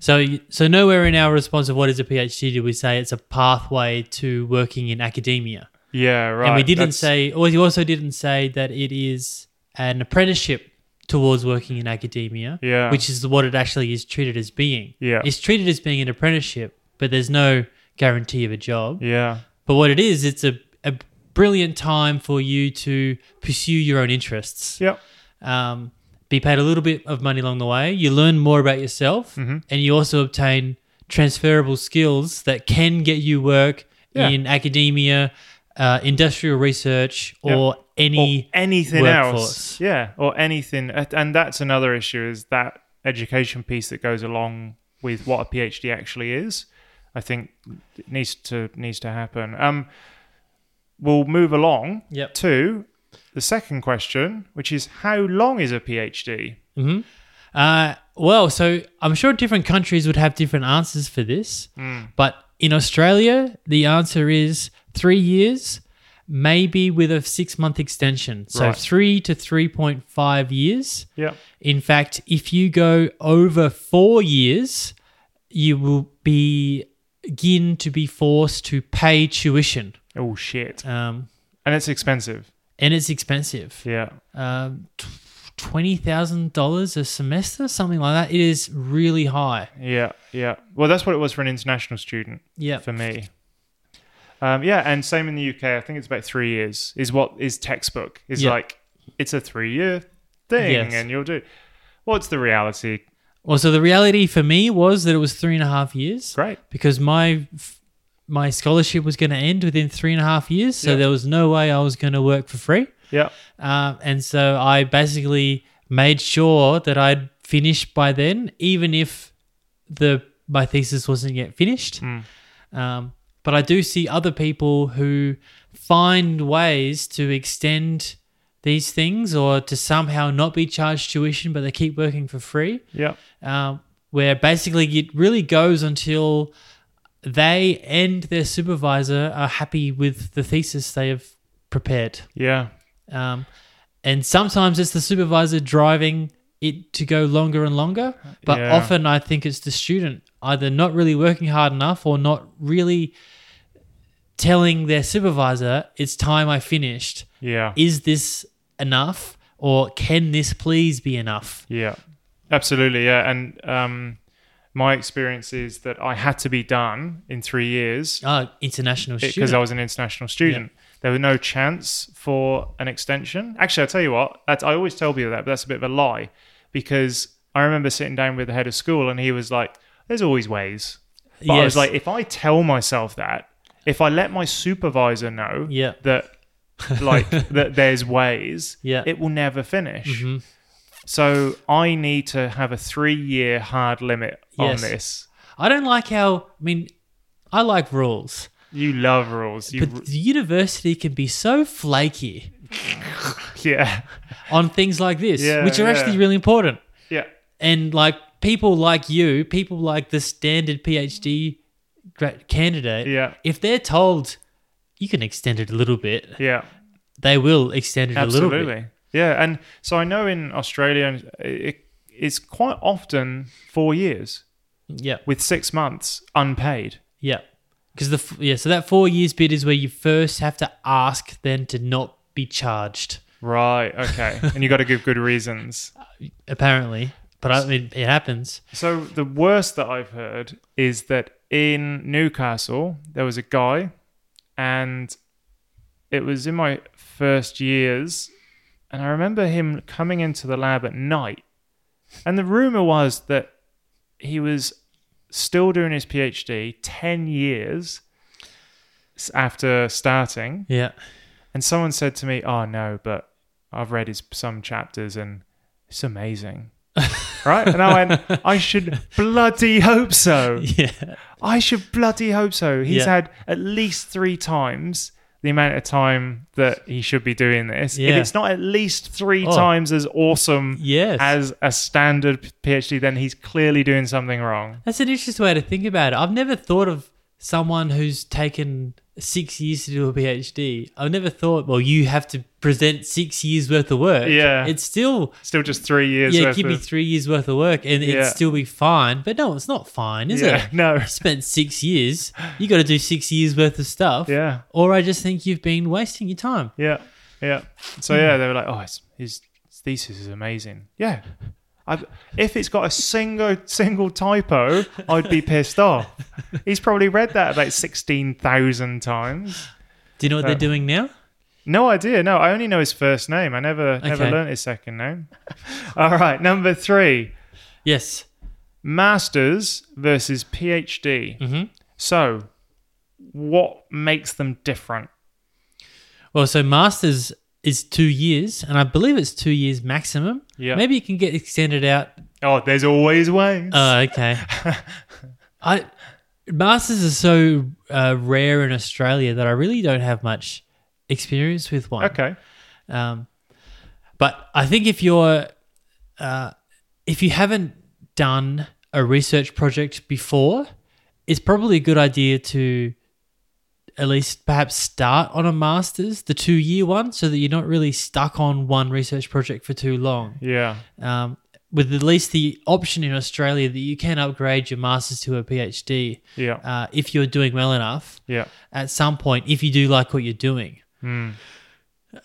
So, so nowhere in our response of what is a PhD do we say it's a pathway to working in academia,
yeah right
and we didn't
That's-
say, or you also didn't say that it is an apprenticeship towards working in academia,
Yeah.
which is what it actually is treated as being.
Yeah.
it's treated as being an apprenticeship, but there's no guarantee of a job.
yeah
But what it is, it's a, a brilliant time for you to pursue your own interests
yep
um, be paid a little bit of money along the way. You learn more about yourself,
Mm-hmm.
and you also obtain transferable skills that can get you work
Yeah.
in academia, uh, industrial research,
Yeah.
or any
or anything
workforce.
else yeah or anything A- and that's another issue is that education piece that goes along with what a phd actually is i think it needs to needs to happen um we'll move along
Yep.
to the second question which is how long is a phd
Uh, well, so I'm sure different countries would have different answers for this, but in Australia, the answer is three years, maybe with a six month extension. So
Right.
three to 3.5 years.
yeah
In fact, if you go over four years, you will begin to be forced to pay tuition,
oh shit
um,
and it's expensive
and it's expensive.
yeah
Um, t- Twenty thousand dollars a semester, something like that. It is really high.
Yeah, yeah. Well, that's what it was for an international student
Yeah,
for me. Um, yeah, and same in the UK. I think it's about three years is what is textbook. Is
Yeah.
like it's a three year thing,
Yes.
and you'll do. What's the reality?
Well, so the reality for me was that it was three and a half years.
Great.
Because my my scholarship was going to end within three and a half years, so
Yeah.
there was no way I was going to work for free.
Yeah.
Um, and so I basically made sure that I'd finished by then, even if the my thesis wasn't yet finished.
Hmm.
Um, but I do see other people who find ways to extend these things or to somehow not be charged tuition, but they keep working for free
Yeah.
um, where basically it really goes until they and their supervisor are happy with the thesis they have prepared.
Yeah.
Um, and sometimes it's the supervisor driving it to go longer and longer, but
Yeah.
often I think it's the student either not really working hard enough or not really telling their supervisor it's time I finished.
Yeah.
Is this enough? Or can this please be enough?
Yeah, absolutely. Yeah, and um, my experience is that I had to be done in three years
Ah, international student.
because I was an international student. There was no chance for an extension. Actually, I'll tell you what. That's, I always tell people that, but that's a bit of a lie because I remember sitting down with the head of school and he was like, "There's always ways." But I was
Yes.
like, if I tell myself that, if I let my supervisor know
Yeah.
that like that there's ways,
Yeah. Mm-hmm.
it will never finish. So I need to have a three year hard limit
Yes.
on this.
I don't like how. I mean, I like rules,
You love rules. You,
but the university can be so flaky
yeah.
on things like this,
Yeah,
which are
yeah.
actually really important.
Yeah.
And like people like you, people like the standard PhD gra- candidate,
Yeah.
if they're told you can extend it a little bit,
Yeah.
they will extend it a
Absolutely.
little bit.
Yeah. And so I know in Australia, it, it's quite often four years
Yeah,
with six months unpaid.
yeah. Because the f- yeah, so that four years bit is where you first have to ask then to not be charged.
Right. Okay. and you got to give good reasons.
Apparently, but I mean, it happens.
So the worst that I've heard is that in Newcastle there was a guy, and it was in my first years, and I remember him coming into the lab at night, and the rumor was that he was still doing his PhD ten years s- after starting,
Yeah.
and someone said to me, "Oh no, but I've read his some chapters and it's amazing." right? And I went, "I should bloody hope so.
Yeah.
I should bloody hope so. He's
Yeah.
had at least 3 times the amount of time that he should be doing this.
Yeah.
If it's not at least 3
Oh.
times as awesome
Yes.
as a standard PhD, then he's clearly doing something wrong."
That's an interesting way to think about it. I've never thought of someone who's taken six years to do a PhD. I've never thought, well, you have to present six years worth of work.
Yeah.
It's still,
Still just 3 years
yeah,
worth
give me
of-
three years worth of work and it'd
Yeah.
still be fine. But no, it's not fine, is
Yeah,
it?
no.
You spent six years. You got to do six years worth of stuff.
Yeah.
Or I just think you've been wasting your time.
Yeah, yeah. So yeah, they were like, "Oh, his, his thesis is amazing." Yeah, I, if it's got a single single typo, I'd be pissed off. He's probably read that about sixteen thousand times.
Do you know what
Uh,
they're doing now?
No idea. No, I only know his first name. I never never
Okay.
learnt his second name. All right, number three:
Yes.
masters versus PhD.
Mhm.
So, what makes them different?
Well, so masters is two years, and I believe it's two years maximum.
Yeah.
Maybe you can get extended out.
Oh, there's always ways.
Oh, okay. I masters are so uh, rare in Australia that I really don't have much experience with one.
okay.
Um, but I think if you're uh, if you haven't done a research project before, it's probably a good idea to at least perhaps start on a master's, the two year one, so that you're not really stuck on one research project for too long.
Yeah.
Um, with at least the option in Australia that you can upgrade your master's to a PhD
Yeah.
uh, if you're doing well enough
yeah.
at some point if you do like what you're doing.
Hmm.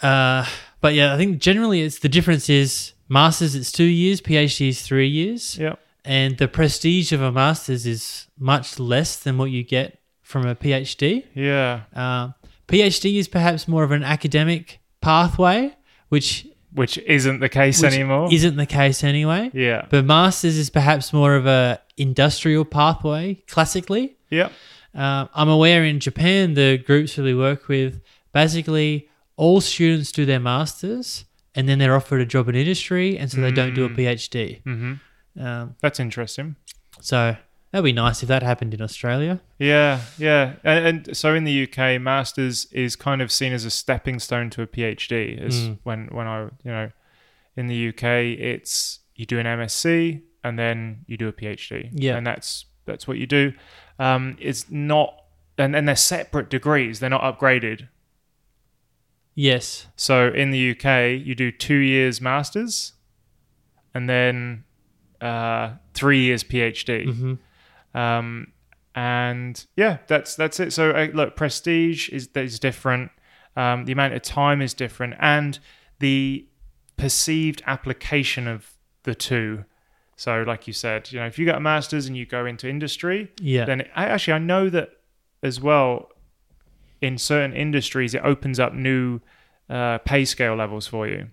Uh, but yeah, I think generally it's the difference is masters it's two years, PhD is three years,
Yeah.
and the prestige of a masters is much less than what you get from a PhD.
Yeah.
Uh, PhD is perhaps more of an academic pathway, which
Which isn't the case
which
anymore.
isn't the case anyway.
yeah.
But masters is perhaps more of a industrial pathway classically.
yeah.
Uh, I'm aware in Japan the groups that we work with basically all students do their masters and then they're offered a job in industry, and so they don't do a PhD. Mm-hmm. Um,
That's interesting.
so that'd be nice if that happened in Australia.
Yeah, yeah, and, and so in the UK, masters is kind of seen as a stepping stone to a PhD. Is
Mm.
when when I you know, in the UK, it's you do an MSc and then you do a PhD.
Yeah.
and that's that's what you do. Um, it's not, and and they're separate degrees. They're not upgraded.
Yes.
So in the UK, you do two years masters, and then uh, three years PhD. Um, and yeah, that's that's it. So uh, look, prestige is that is different. Um, the amount of time is different, and the perceived application of the two. So, like you said, you know, if you get a master's and you go into industry,
Yeah.
then I actually I know that as well. In certain industries, it opens up new uh, pay scale levels for you.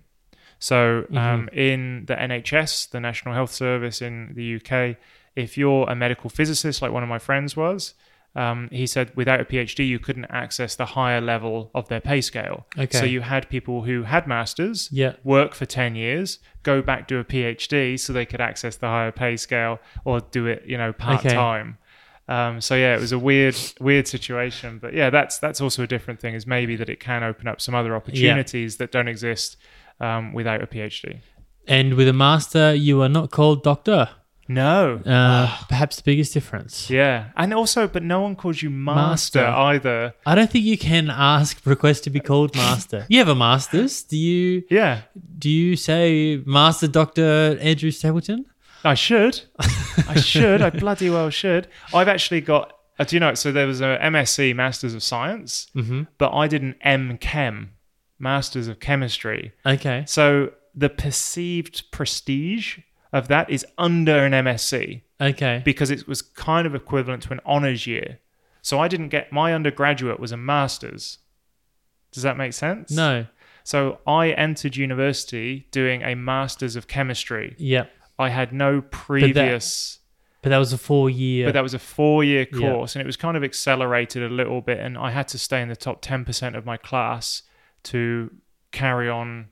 So
Mm-hmm.
um, in the NHS, the National Health Service in the UK, if you're a medical physicist like one of my friends was, um, he said without a PhD you couldn't access the higher level of their pay scale.
Okay.
So you had people who had masters,
Yeah.
work for ten years, go back do a PhD so they could access the higher pay scale or do it you know part time. Um, so yeah, it was a weird, weird situation. But yeah, that's that's also a different thing. Is maybe that it can open up some other opportunities that don't exist um, without a PhD.
And with a master, you are not called doctor.
No.
Uh, perhaps the biggest difference.
yeah, and also, but no one calls you master,
Master.
either.
I don't think you can ask request to be called master. you have a master's. Do you
Yeah,
do you say master doctor Andrew Stapleton?
I should. I should. I bloody well should. I've actually got. Uh, do you know? So there was a MSc, Masters of Science, but I did an M Chem, Masters of Chemistry.
Okay.
So the perceived prestige of that is under an MSc
Okay.
because it was kind of equivalent to an honors year. So I didn't get my undergraduate was a master's. Does that make sense?
no.
So I entered university doing a master's of chemistry.
Yeah.
I had no previous,
But that was a four year.
but, that was a four year course and it was kind of accelerated a little bit. And I had to stay in the top 10% of my class to carry on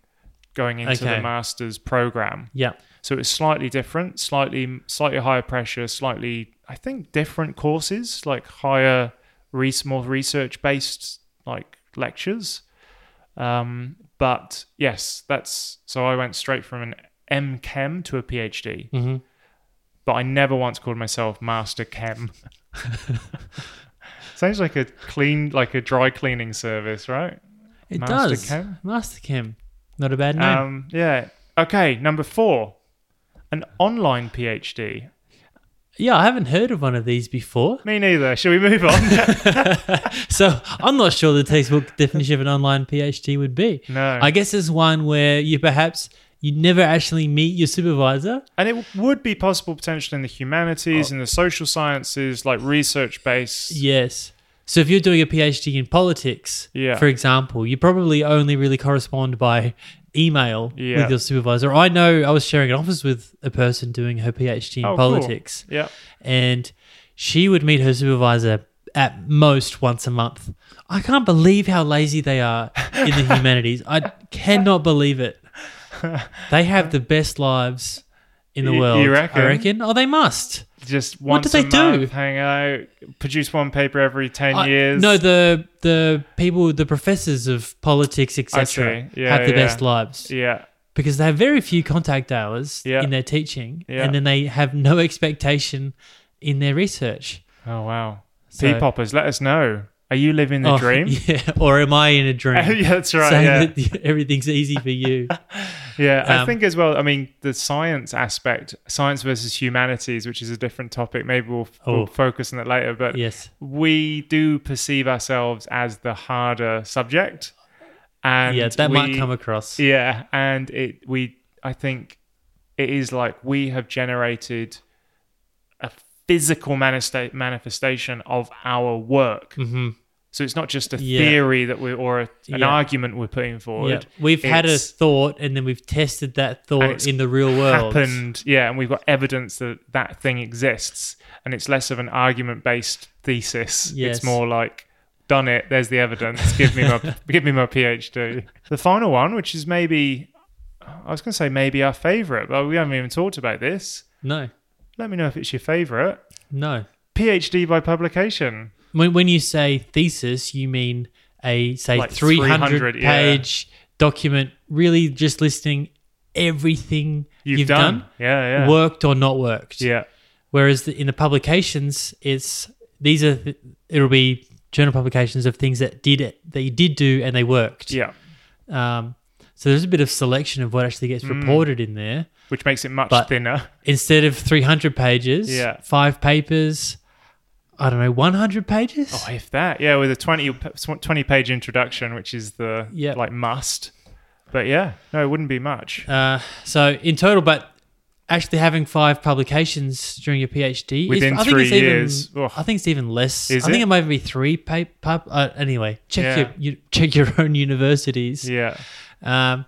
going into
Okay.
the master's program.
yeah.
So it was slightly different, slightly slightly higher pressure, slightly I think different courses, like higher, res- more research based like lectures. Um, but yes, that's so I went straight from an M Chem to a PhD.
Mhm.
But I never once called myself Master Chem. Sounds like a clean, like a dry cleaning service, right?
It
Master
does.
Chem?
Master Chem. Not a bad name.
Um, yeah. Okay, number four, an online PhD.
yeah, I haven't heard of one of these before.
Me neither. Shall we move on?
So I'm not sure the textbook definition of an online PhD would be.
No.
I guess there's one where you perhaps you never actually meet your supervisor.
and it would be possible potentially in the
Oh.
humanities, in the social sciences, like research based.
Yes. So if you're doing a PhD in politics,
Yeah.
for example, you probably only really correspond by email
Yeah.
with your supervisor. I know I was sharing an office with a person doing her PhD in
Oh, cool.
politics,
Yeah.
and she would meet her supervisor at most once a month. I can't believe how lazy they are in the humanities. I cannot believe it. They have the best lives in the
You- you
world.
reckon?
I reckon. Oh, they must.
Just
What
once
do they
a
do?
month, hang out, produce one paper every 10
I-
years.
No, the the people, the professors of politics, etc.,
see. Yeah,
have the
yeah.
best lives
yeah.
because they have very few contact hours
Yeah.
in their teaching,
Yeah.
and then they have no expectation in their research.
Oh, wow.
So-
P poppers, let us know. Are you living the
Oh,
dream?
yeah. Or am I in a
Yeah.
dream?
that's right.
Saying
yeah.
that everything's easy for you.
Yeah, I
Um,
think as well. I mean, the science aspect, science versus humanities, which is a different topic. Maybe we'll,
Oh.
we'll focus on that later. But
Yes.
we do perceive ourselves as the harder subject, and
yeah, that might
we-
come across.
Yeah, and it we I think it is like we have generated a physical manifesta- manifestation of our work.
hmm
So it's not just a
Yeah.
theory that we or a, an
Yeah.
argument we're putting forward.
Yeah. We've had a
It's
thought and then we've tested that
it's
thought in the real world.
happened, yeah, and we've got evidence that that thing exists, and it's less of an argument-based thesis.
Yes.
It's more like done it. There's the evidence. Give me my give me my PhD. The final one, which is maybe I was going to say maybe our favorite, but we haven't even talked about this.
No,
Let me know if it's your favorite.
no.
PhD by publication.
When, when you say thesis, you mean a, say,
Like
300
300, yeah.
page document, really just listing everything
You've,
you've,
done. yeah, yeah,
worked or not worked.
yeah.
Whereas the, in the publications, it's these are th- it'll be journal publications of things that did it that you did do and they worked.
Yeah, Mm.
Um, so there's a bit of selection of what actually gets reported in there.
which makes it much
But-
thinner.
Instead of 300 pages,
Yeah.
five papers, I don't know, 100 pages.
Oh, if that, yeah, with a 20, p- 20 page introduction, which is the
Yep.
like must. But yeah, no, it wouldn't be much.
Uh, so in total, but actually having five publications during your PhD is-
Within
I think
three
it's
years.
Even,
Ugh.
I think it's even less.
Is
I think
it?
it might be three. Pa- pub, uh, anyway, check
Yeah.
your you, check your own universities.
Yeah,
Um,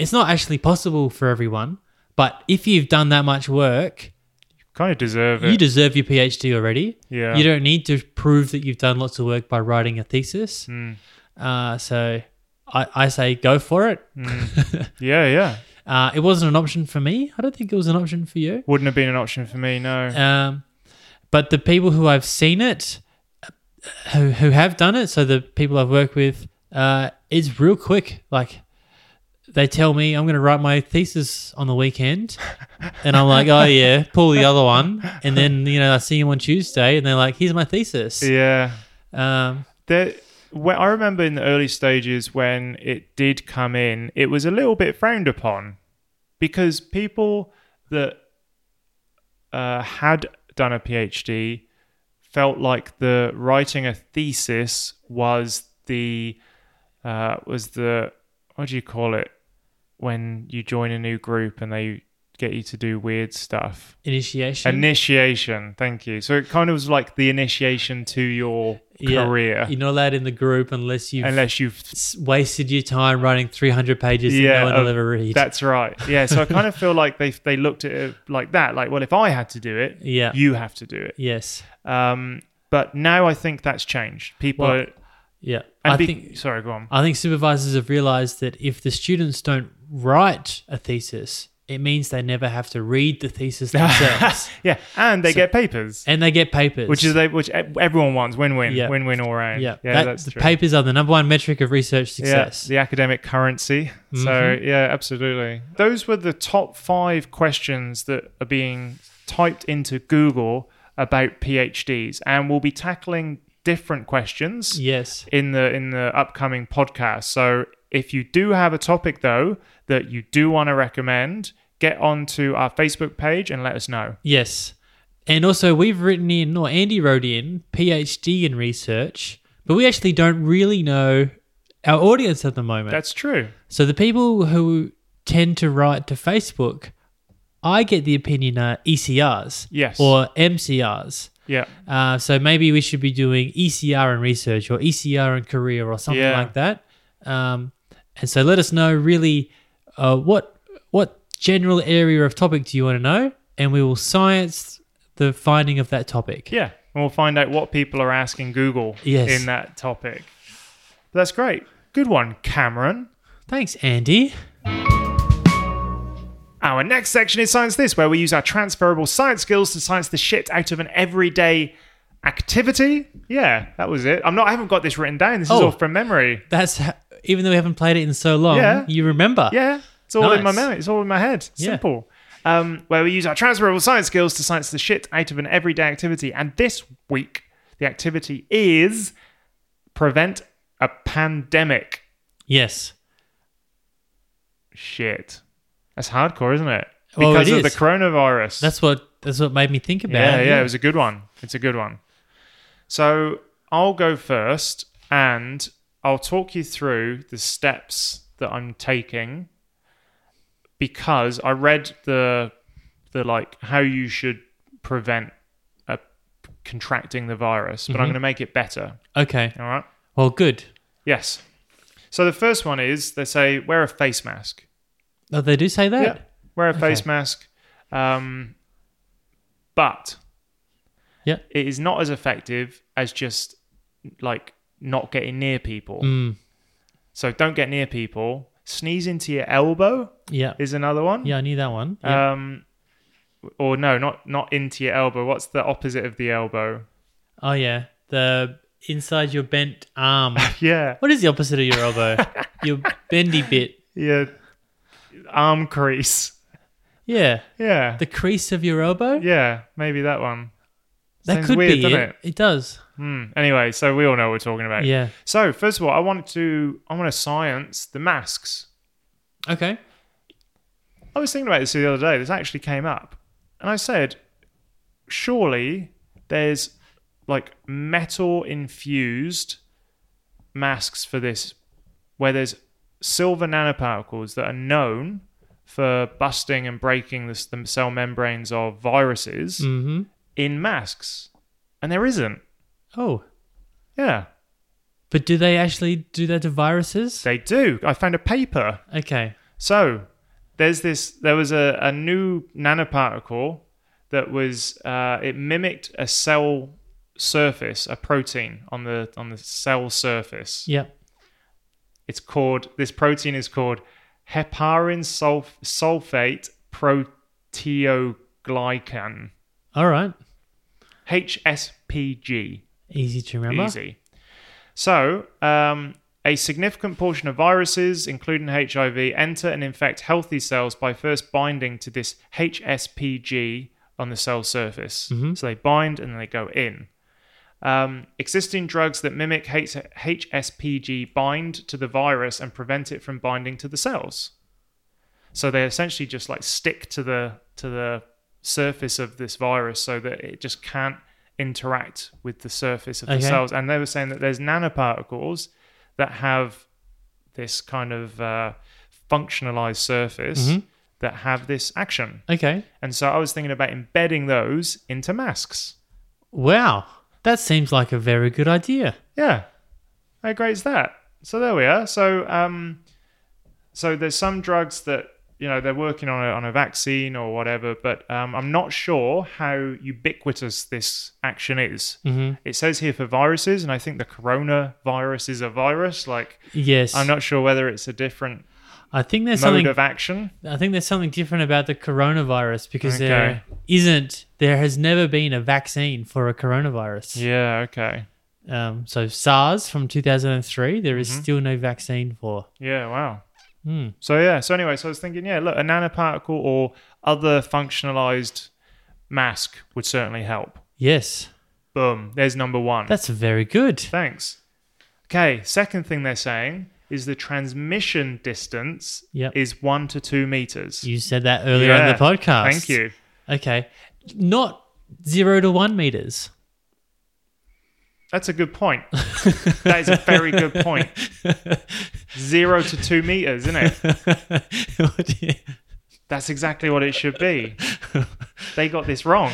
it's not actually possible for everyone, but if you've done that much work,
kind of deserve it.
you deserve your PhD already.
Yeah.
You don't need to prove that you've done lots of work by writing a thesis.
Hmm.
Uh, so I, I say go for it.
Hmm. yeah, yeah.
Uh, it wasn't an option for me. I don't think it was an option for you.
Wouldn't have been an option for me. No.
Um, but the people who I've seen it, uh, who, who have done it, so the people I've worked with, uh, it's real quick. Like they tell me I'm going to write my thesis on the weekend, and I'm like, oh yeah, pull the other one, and then you know I see them on Tuesday, and they're like, here's my thesis.
yeah.
Um,
There, where I remember in the early stages when it did come in, it was a little bit frowned upon because people that uh, had done a PhD felt like the writing a thesis was the uh, was the what do you call it when you join a new group and they get you to do weird stuff
initiation.
initiation thank you so it kind of was like the initiation to your
Yeah.
career
You're not allowed in the group unless you've
unless you've
s- wasted your time writing 300 pages
Yeah,
that no one will
uh,
ever read.
that's right yeah so i kind of feel like they they looked at it like that like well if i had to do it
Yeah.
you have to do it
yes.
um but now i think that's changed people
Well,
are,
Yeah.
and
I
be-
think
sorry go on
I think supervisors have realized that if the students don't write a thesis, it means they never have to read the thesis themselves.
yeah and they get papers
and they get papers.
which is they which e- everyone wants win-win
Yeah.
win-win all round
yeah,
yeah
that-
that's
the
true
papers are the number one metric of research
yeah,
success. Mm-hmm.
the academic currency. So, yeah, absolutely. Those were the top five questions that are being typed into Google about PhDs, and we'll be tackling different questions
Yes.
in the in the upcoming podcast. So if you do have a topic though that you do want to recommend, get onto our Facebook page and let us know.
Yes. And also we've written in or Andy wrote in PhD in research, but we actually don't really know our audience at the moment.
That's true.
So the people who tend to write to Facebook, I get the opinion are ECRs
Yes.
or MCRs.
Yeah.
Uh, so maybe we should be doing E ECR and research or E ECR and career or something
Yeah.
like that. Um, and so let us know really uh, what what general area of topic do you want to know, and we will science the finding of that topic.
Yeah. And we'll find out what people are asking Google
Yes.
in that topic. That's great. Good one, Cameron.
Thanks, Andy.
Our next section is Science This, where we use our transferable science skills to science the shit out of an everyday activity. Yeah, that was it. I'm not I haven't got this written down. This is
Oh.
all from memory.
That's ha- even though we haven't played it in so long,
Yeah.
you remember.
Yeah, it's all in my
Nice.
memory. It's all in my head.
Yeah.
Simple. Um, where we use our transferable science skills to science the shit out of an everyday activity. And this week, the activity is prevent a pandemic.
Yes.
Shit, that's hardcore, isn't it?
Well,
Because
it
of
is.
the coronavirus.
That's what that's what made me think about
yeah,
it.
yeah. It was a good one. It's a good one. So I'll go first, and I'll talk you through the steps that I'm taking because I read the the like how you should prevent a contracting the virus, but I'm going to make it better.
Okay.
All right.
Well, good.
Yes. So the first one is they say wear a face mask.
Oh, they do say that.
Yeah. Wear a face
Okay.
mask. Um, but
Yeah.
it is not as effective as just like not getting near people.
Mm.
So don't get near people. Sneeze into your elbow
Yeah.
is another one.
Yeah, I knew that one. Yeah.
Um, or no, not not into your elbow. What's the opposite of the elbow?
oh yeah, the inside your bent arm.
Yeah,
what is the opposite of your elbow? your bendy bit.
yeah. Arm crease.
Yeah,
Yeah,
the crease of your elbow.
yeah. Maybe that one.
that
Sounds
could
weird,
be
doesn't
it. does.
Hmm. Anyway, so we all know what we're talking about.
Yeah.
So first of all, I wanted to I want to science the masks.
Okay.
I was thinking about this the other day. This actually came up, and I said, surely there's like metal infused masks for this, where there's silver nanoparticles that are known for busting and breaking the, the cell membranes of viruses
Mm-hmm.
in masks, and there isn't.
Oh,
Yeah,
but do they actually do that to viruses?
they do. I found a paper.
Okay.
So there's this. There was a, a new nanoparticle that was. Uh, it mimicked a cell surface, a protein on the on the cell surface.
Yeah.
It's called. This protein is called heparin sulf- sulfate proteoglycan.
All right.
HSPG.
Easy to remember.
Easy. So, um, a significant portion of viruses, including HIV, enter and infect healthy cells by first binding to this HSPG on the cell surface. So they bind and then they go in. Um, existing drugs that mimic H- HSPG bind to the virus and prevent it from binding to the cells. So they essentially just like stick to the to the surface of this virus so that it just can't interact with the surface of the
Okay.
cells. And they were saying that there's nanoparticles that have this kind of uh, functionalized surface that have this action.
Okay.
And so I was thinking about embedding those into masks.
Wow. That seems like a very good idea.
Yeah. How great is that? So there we are. So um so there's some drugs that you know they're working on a, on a vaccine or whatever, but um, I'm not sure how ubiquitous this action is.
Mhm.
It says here for viruses, and I think the coronavirus is a virus. Like
Yes.
I'm not sure whether it's a different
I think there's
mode
something
of action.
I think there's something different about the coronavirus because
Okay.
there isn't, there has never been a vaccine for a coronavirus.
Yeah. Okay.
Um, so SARS from 2003, there
Mm-hmm.
is still no vaccine for.
Yeah. Wow.
Hmm.
So yeah. So anyway, so I was thinking, yeah, look, a nanoparticle or other functionalized mask would certainly help.
Yes,
Boom. There's number one.
that's very good.
Thanks. Okay. Second thing they're saying is the transmission distance
Yep.
is one to two meters.
You said that earlier on
Yeah,
the podcast.
Thank you.
Okay, not zero to one meters.
That's a good point. that is a very good point. Zero to two meters, isn't it? That's exactly what it should be. They got this wrong.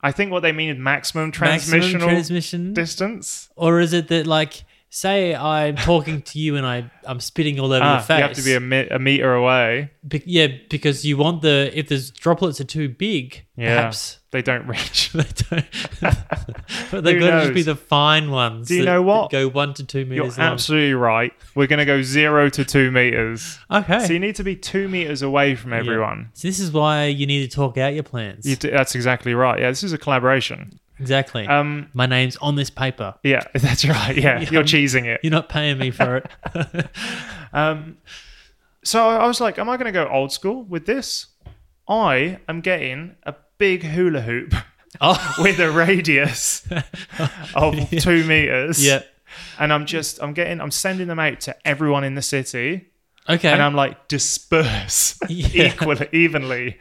I think what they mean is maximum
Maximum
transmissional
transmission,
distance.
or is it that like, say I'm talking to you and I I'm spitting all over your
Ah,
face?
you have to be a, me- a meter away.
Be- yeah, because you want the if the droplets are too big,
Yeah.
perhaps
They don't reach.
they don't. but they've got to just be
knows?
the fine ones.
Do you
that-
know
that
what?
go one to two
You're
meters long.
absolutely right. We're going to go zero to two meters.
okay.
So you need to be two meters away from
Yeah.
everyone.
So this is why you need to talk out your plans.
You d- that's exactly right. Yeah, this is a collaboration.
exactly.
Um,
My name's on this paper.
yeah, that's right. Yeah,
Yeah.
you're cheesing it.
You're not paying me for it.
Um, so I was like, am I going to go old school with this? I am getting a big hula hoop
oh,
with a radius of two meters.
yeah.
and I'm just, I'm getting, I'm sending them out to everyone in the city,
Okay.
and um, I'm like, disperse
Yeah.
equally, evenly.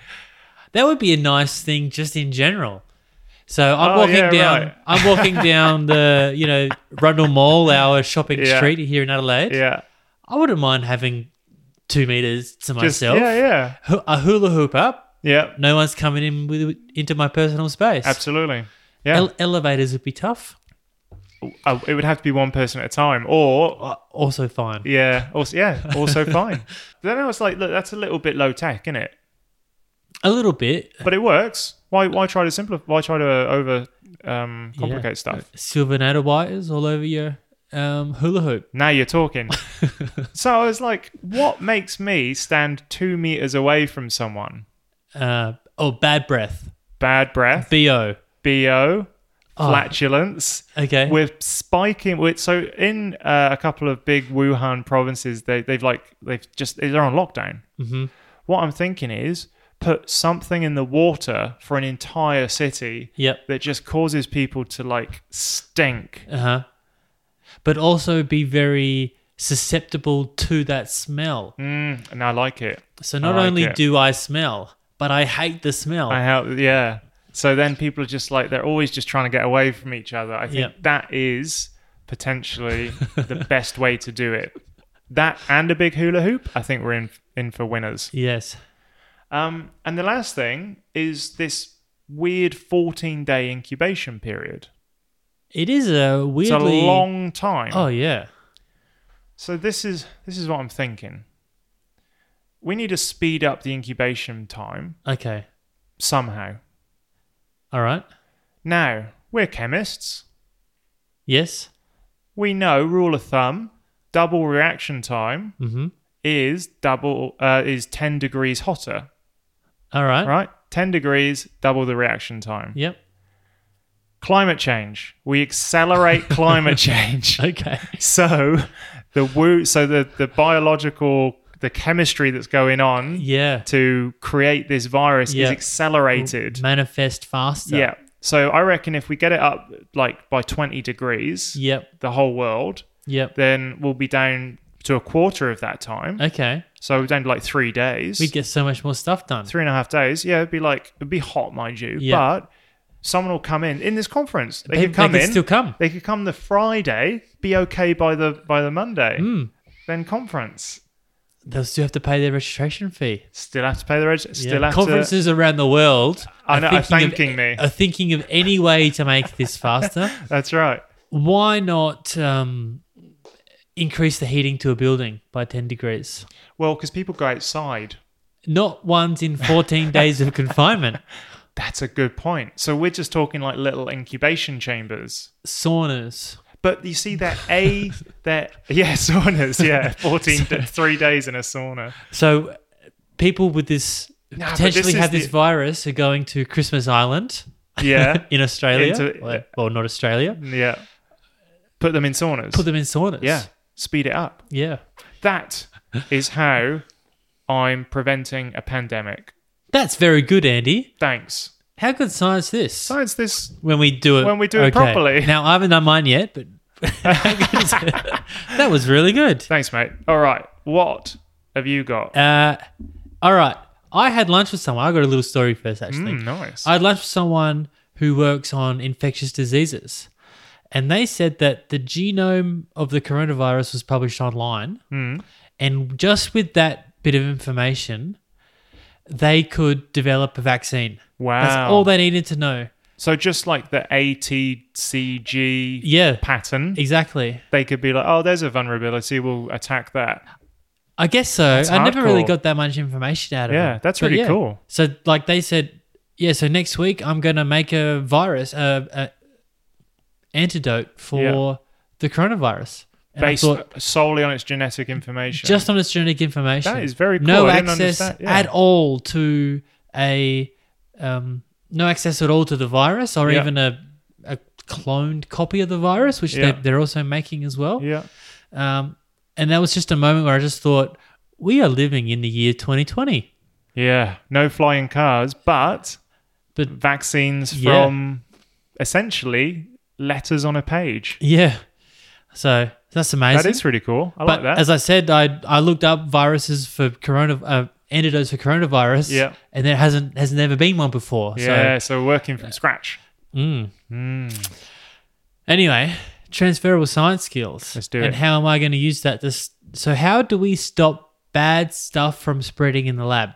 That would be a nice thing just in general. So I'm
Oh,
walking
yeah,
down
right.
I'm walking down the, you know, Rundle Mall, our shopping
Yeah.
street here in Adelaide.
Yeah,
I wouldn't mind having two meters to
just
myself.
yeah, yeah,
Hu- A hula hoop up.
yeah.
No one's coming in with, into my personal space.
Absolutely. Yeah.
Ele- elevators would be tough.
Uh, it would have to be one person at a time, or
Also fine.
yeah, also yeah, also fine. But then I was like, look, that's a little bit low tech, isn't it?
A little bit.
But it works. Why why try to simplify? Why try to uh, over um, complicate
Yeah.
stuff?
Silver natter wires all over your um, hula hoop.
Now you're talking. so I was like, what makes me stand two meters away from someone?
Uh, oh, bad breath.
Bad breath,
Bo.
bo,
Oh.
flatulence.
Okay.
We're spiking. We're, so in uh, a couple of big Wuhan provinces, they, they've like they've just they're on lockdown.
Mhm.
What I'm thinking is put something in the water for an entire city
Yep.
that just causes people to like stink.
Uh huh. But also be very susceptible to that smell.
Mm, and I like it.
So not
I like
only
it.
do I smell, but I hate the smell.
I have, yeah. So then people are just like they're always just trying to get away from each other. I think
Yeah.
that is potentially the best way to do it. That and a big hula hoop, I think we're in in for winners.
yes.
Um, and the last thing is this weird 14 day incubation period.
It is a
It's a
weirdly
long time.
Oh yeah.
So this is this is what I'm thinking. We need to speed up the incubation time
Okay.
somehow.
All right.
Now, we're chemists.
Yes.
We know rule of thumb, double reaction time
Mhm.
is double uh, is 10 degrees hotter,
All right.
right? 10 degrees double the reaction time.
Yep.
Climate change. We accelerate climate change.
Okay.
so the woo so the the biological the chemistry that's going on
Yeah.
to create this virus
Yeah.
is accelerated
Manifest faster.
yeah so i reckon if we get it up like by 20 degrees
Yep.
the whole world
Yep.
then we'll be down to a quarter of that time
Okay.
so we're down to like three days
We'd Uh, get so much more stuff done.
three and a half days yeah it'd be like it'd be hot mind you
Yeah.
but someone will come in in this conference they,
They-
could come
they could
in
still come.
they could come the friday be okay by the by the monday
Hmm.
then conference
They'll still have to pay their registration fee.
Still have to pay the reg. Still
yeah.
have to.
Conferences around the world
I know, are
of,
thanking me.
Are thinking of any way to make this faster.
That's right.
Why not um, increase the heating to a building by 10 degrees?
Well, because people go outside.
Not ones in 14 days of confinement.
That's a good point. So we're just talking like little incubation chambers.
Saunas.
But you see, that a that yeah saunas yeah fourteen d- three days in a sauna.
So uh, people with this
Nah, but
potentially
this is
have this
the-
virus are going to Christmas Island
Yeah,
in Australia.
Into-
well, well, not Australia.
yeah. Put them in saunas.
Put them in saunas.
yeah, speed it up.
Yeah.
That is how I'm preventing a pandemic.
That's very good, Andy.
Thanks.
How good science this?
Science. This
when we do it
When we do it properly.
Now I haven't done mine yet, but that was really good.
Thanks, mate. All right. What have you got?
Uh, all right, I had lunch with someone. I got a little story first, actually.
Mm, nice.
I had lunch with someone who works on infectious diseases, and they said that the genome of the coronavirus was published online, and just with that bit of information, they could develop a vaccine.
Wow.
That's all they needed to know.
So just like the ATCG
Yeah,
pattern,
exactly.
they could be like, "Oh, there's a vulnerability. We'll attack that."
I guess so. I never
hardcore.
really got that much information out of it.
Yeah, that's really cool.
So, like they said, yeah. So next week I'm gonna make a virus, a, a antidote for
Yeah.
the coronavirus, and I
Based
thought,
solely on its genetic information.
just on its genetic information.
That is very
No
cool. I didn't
access
understand- yeah.
at all to a, um, no access at all to the virus or
Yeah.
even a, a cloned copy of the virus, which
Yeah.
they're, they're also making as well.
yeah,
Um, and that was just a moment where I just thought, we are living in the year 2020.
yeah. No flying cars, but
But-
vaccines
Yeah.
from essentially letters on a page.
Yeah. So that's amazing.
That is really cool. I
but
like that.
as I said, I I looked up viruses for corona uh, antidotes for coronavirus.
Yeah.
And there hasn't has never been one before.
yeah, so, working from scratch.
So mm. anyway, transferable science skills.
Let's do
and
it.
how am I going to use that? This so how do we stop bad stuff from spreading in the lab?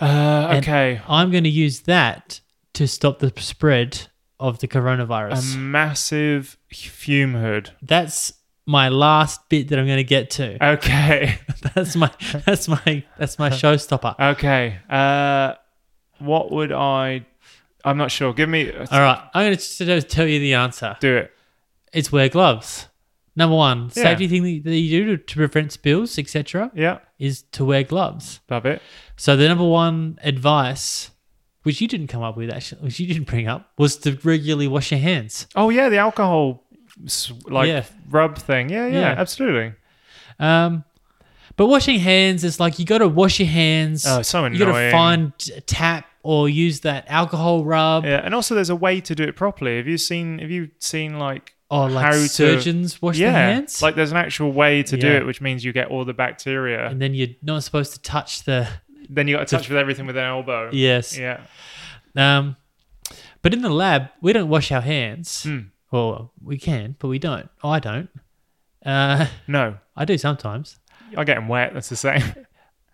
Uh, okay.
I'm going to use that to stop the spread of the coronavirus.
A massive fume hood.
that's my last bit that I'm going to get to.
Okay.
that's my that's my that's my showstopper.
Okay. Uh, what would I? I'm not sure. Give me.
All right, I'm going to tell you the answer.
Do it.
It's wear gloves. Number one
Yeah.
safety thing that that you do to, to prevent spills, etc.,
Yeah.
is to wear gloves.
Love it.
So the number one advice, which you didn't come up with actually, which you didn't bring up, was to regularly wash your hands.
Oh yeah, the alcohol, s- like
Yeah.
rub thing. Yeah, yeah,
Yeah.
absolutely.
Um, but washing hands is like you got to wash your hands.
Oh, so
Uh, You got to
annoying.
find a tap or use that alcohol rub
Yeah, and also there's a way to do it properly. Have you seen? Have you seen like?
or Oh, like
How to-
surgeons wash
yeah,
their hands.
like there's an actual way to do
Yeah.
it, which means you get all the bacteria.
and then you're not supposed to touch the
then you got to touch with everything with an elbow.
yes.
Yeah.
Um, but in the lab, we don't wash our hands.
Hmm.
Well, we can, but we don't. I don't. Uh,
No,
I do sometimes.
I get them wet. That's the same.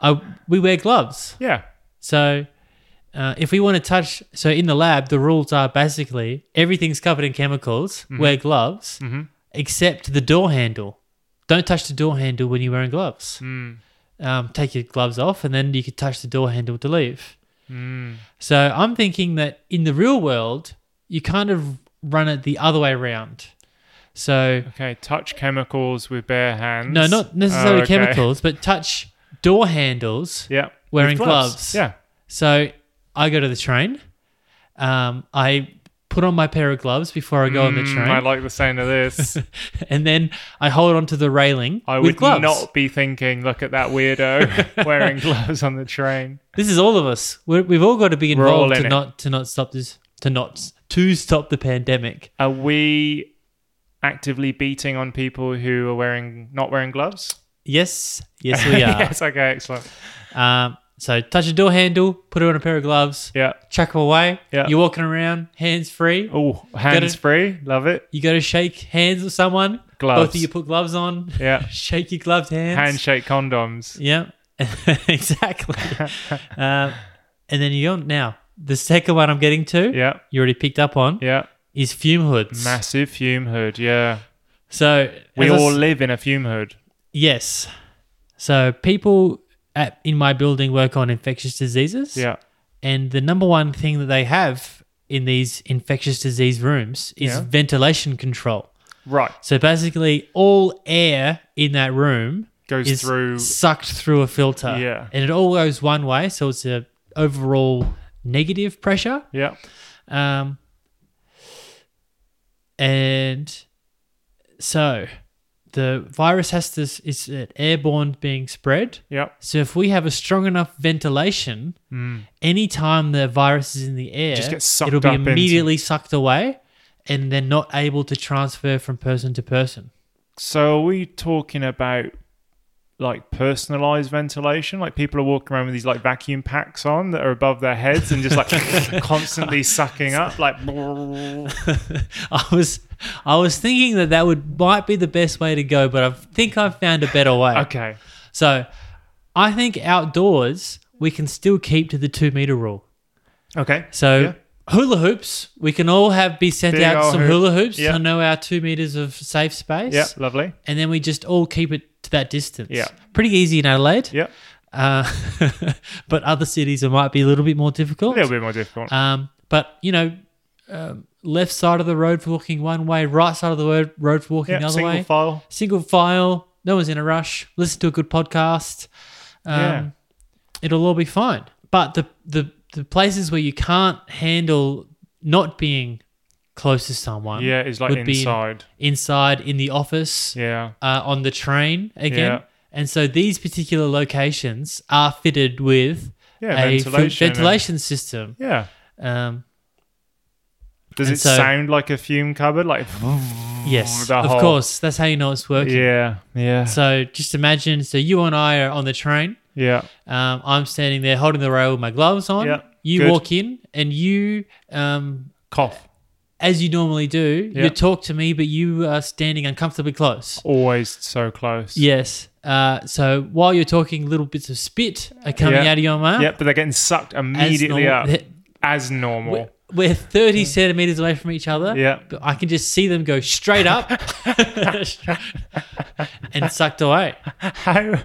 I we wear gloves.
yeah.
So, uh, if we want to touch, so in the lab, the rules are basically everything's covered in chemicals.
Mm-hmm.
Wear gloves, except the door handle. Don't touch the door handle when you're wearing gloves.
Mm.
Um, take your gloves off, and then you can touch the door handle to leave.
Mm.
So I'm thinking that in the real world, you kind of run it the other way around. So
Okay. Touch chemicals with bare hands.
no, not necessarily
Oh, okay.
chemicals, but touch door handles.
Yeah.
Wearing
With
gloves.
Yeah.
So I go to the train. Um, I put on my pair of gloves before I go on the
Mm,
train,
I like the sound of this.
and then I hold onto the railing
I
with
would
gloves.
not be thinking, look at that weirdo wearing gloves on the train.
This is all of us. We're, we've all got to be
We're all
involved
in
to
it.
not to not stop this to not to stop the pandemic.
Are we actively beating on people who are wearing not wearing gloves?
Yes, yes we are.
yes, okay, excellent.
um, so touch a door handle, put on a pair of gloves,
Yeah.
chuck them away.
Yeah.
You're walking around, hands free.
Oh, hands free. Love it.
You go to shake hands with someone.
Gloves.
Both of you put gloves on.
Yeah.
shake your gloved hands.
Handshake condoms.
Yeah, exactly. um, and then you on now. The second one I'm getting to,
Yeah.
you already picked up on,
Yeah.
is fume hoods.
Massive fume hood. Yeah.
So
We
as I
all
s-
live in a fume hood.
yes. So people at, in my building work on infectious diseases.
Yeah.
And the number one thing that they have in these infectious disease rooms is
Yeah.
ventilation control.
Right.
So basically, all air in that room
Goes
is
through-
sucked through a filter.
Yeah.
and it all goes one way, so it's a overall negative pressure.
Yeah.
Um, and so the virus has to is airborne being spread.
Yeah.
So if we have a strong enough ventilation, any time the virus is in the air,
Hmm. Just gets sucked
it'll be
up into-
immediately sucked away, and they're not able to transfer from person to person.
So are we talking about like personalized ventilation? Like people are walking around with these like vacuum packs on that are above their heads and just like constantly sucking up. Like
I was, I was thinking that that would might be the best way to go, but I think I've found a better way.
okay,
So, I think outdoors we can still keep to the two meter rule.
okay.
So.
Yeah.
Hula hoops. We can all have be sent
Big
out
ol'
some
hoop.
hula hoops
Yeah.
to know our two meters of safe space.
Yeah, lovely.
and then we just all keep it to that distance.
Yeah.
Pretty easy in Adelaide.
Yeah,
Uh, but other cities it might be a little bit more
a
difficult.
little bit more difficult.
Um, but you know, um, left side of the road for walking one way, right side of the road road for walking
yeah,
the other
single
way.
file.
Single file. No one's in a rush. Listen to a good podcast. Um,
Yeah.
It'll all be fine. But the the the places where you can't handle not being close to someone,
Yeah, it's like
would be in-
inside.
inside in the office,
Yeah,
uh, on the train again.
Yeah.
And so these particular locations are fitted with
Yeah,
a
ventilation
ventilation,
and-
ventilation system.
yeah.
Um,
Does
And
it
so-
sound like a fume cupboard? Like
yes,
the
of
whole-
course. That's how you know it's working.
yeah, yeah,
So just imagine. So you and I are on the train.
yeah.
Um, I'm standing there holding the rail with my gloves on.
Yeah,
You
good.
walk in and you, um,
Cough.
as you normally do,
Yeah.
you talk to me, but you are standing uncomfortably close.
Always so close.
Yes. Uh, so while you're talking, little bits of spit are coming
Yeah.
out of your mouth.
Yeah, but they're getting sucked
as
immediately
normal-
up
that-
as normal.
we're 30 centimeters away from each other.
Yeah.
But I can just see them go straight up and sucked away.
How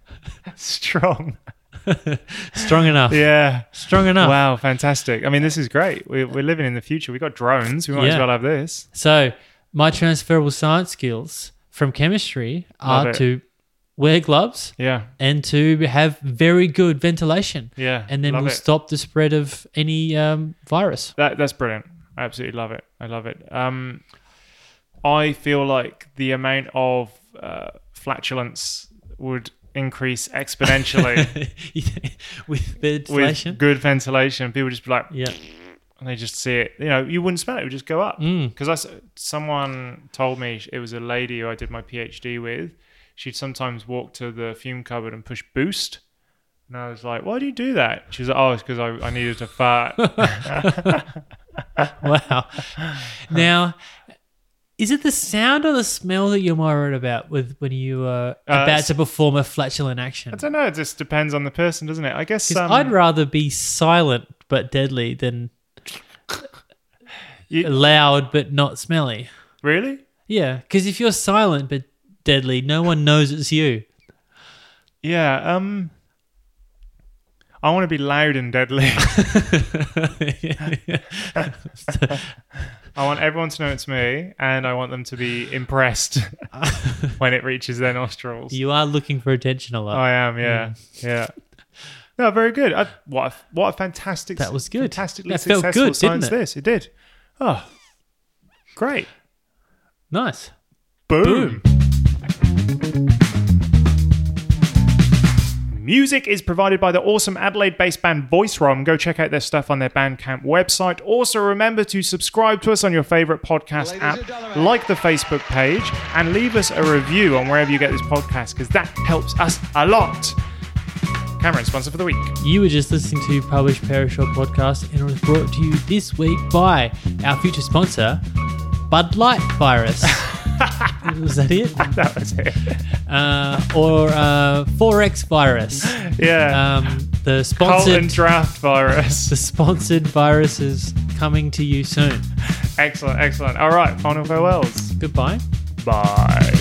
strong.
Strong enough.
Yeah.
Strong enough.
Wow, fantastic. I mean, this is great. We're, we're living in the future. We've got drones. We might as
Yeah.
well have this.
So my transferable science skills from chemistry
Love
are
it.
to wear gloves
Yeah.
and to have very good ventilation.
Yeah.
And then
Love
we'll
it.
stop the spread of any um, virus.
That, that's brilliant. I absolutely love it. I love it. Um, I feel like the amount of uh, flatulence would increase exponentially
with ventilation.
with good ventilation. People just be like,
yeah.
and they just see it. You know, you wouldn't smell it; it would just go up.
Hmm.
Because I s someone told me it was a lady who I did my PhD with. She'd sometimes walk to the fume cupboard and push boost. And I was like, "Why do you do that?" She was like, "Oh, it's because I, I needed to fart."
Wow. now, is it the sound or the smell that you're more worried about with when you
Uh,
are about
it's-
to perform a flatulent action?
I don't know. It just depends on the person, doesn't it? I guess
'Cause
um,
I'd rather be silent but deadly than
You-
loud but not smelly.
really.
Yeah, because if you're silent but deadly, no one knows it's you.
Yeah. Um, I want to be loud and deadly. I want everyone to know it's me, and I want them to be impressed when it reaches their nostrils.
you are looking for attention a lot.
I am, yeah, yeah. No, very good. I, what a, what a fantastic
That was good.
Fantastically
That felt
successful
good, didn't
science.
it?
This it did. Oh, great!
Nice.
Boom. Music is provided by the awesome Adelaide based band Voice Rom. Go check out their stuff on their Bandcamp website. Also, remember to subscribe to us on your favorite podcast
Ladies and
app,
gentlemen.
like the Facebook page, and leave us a review on wherever you get this podcast because that helps us a lot. Cameron, sponsor for the week.
You were just listening to Publish Perish Or podcast, and it was brought to you this week by our future sponsor, Bud Light Virus. Was that it?
That was it.
Uh, or uh, 4X Virus.
Yeah.
Um, the
Cold
sponsored
and draft virus.
the sponsored virus is coming to you soon.
excellent, excellent. All right, final farewells.
Goodbye.
Bye.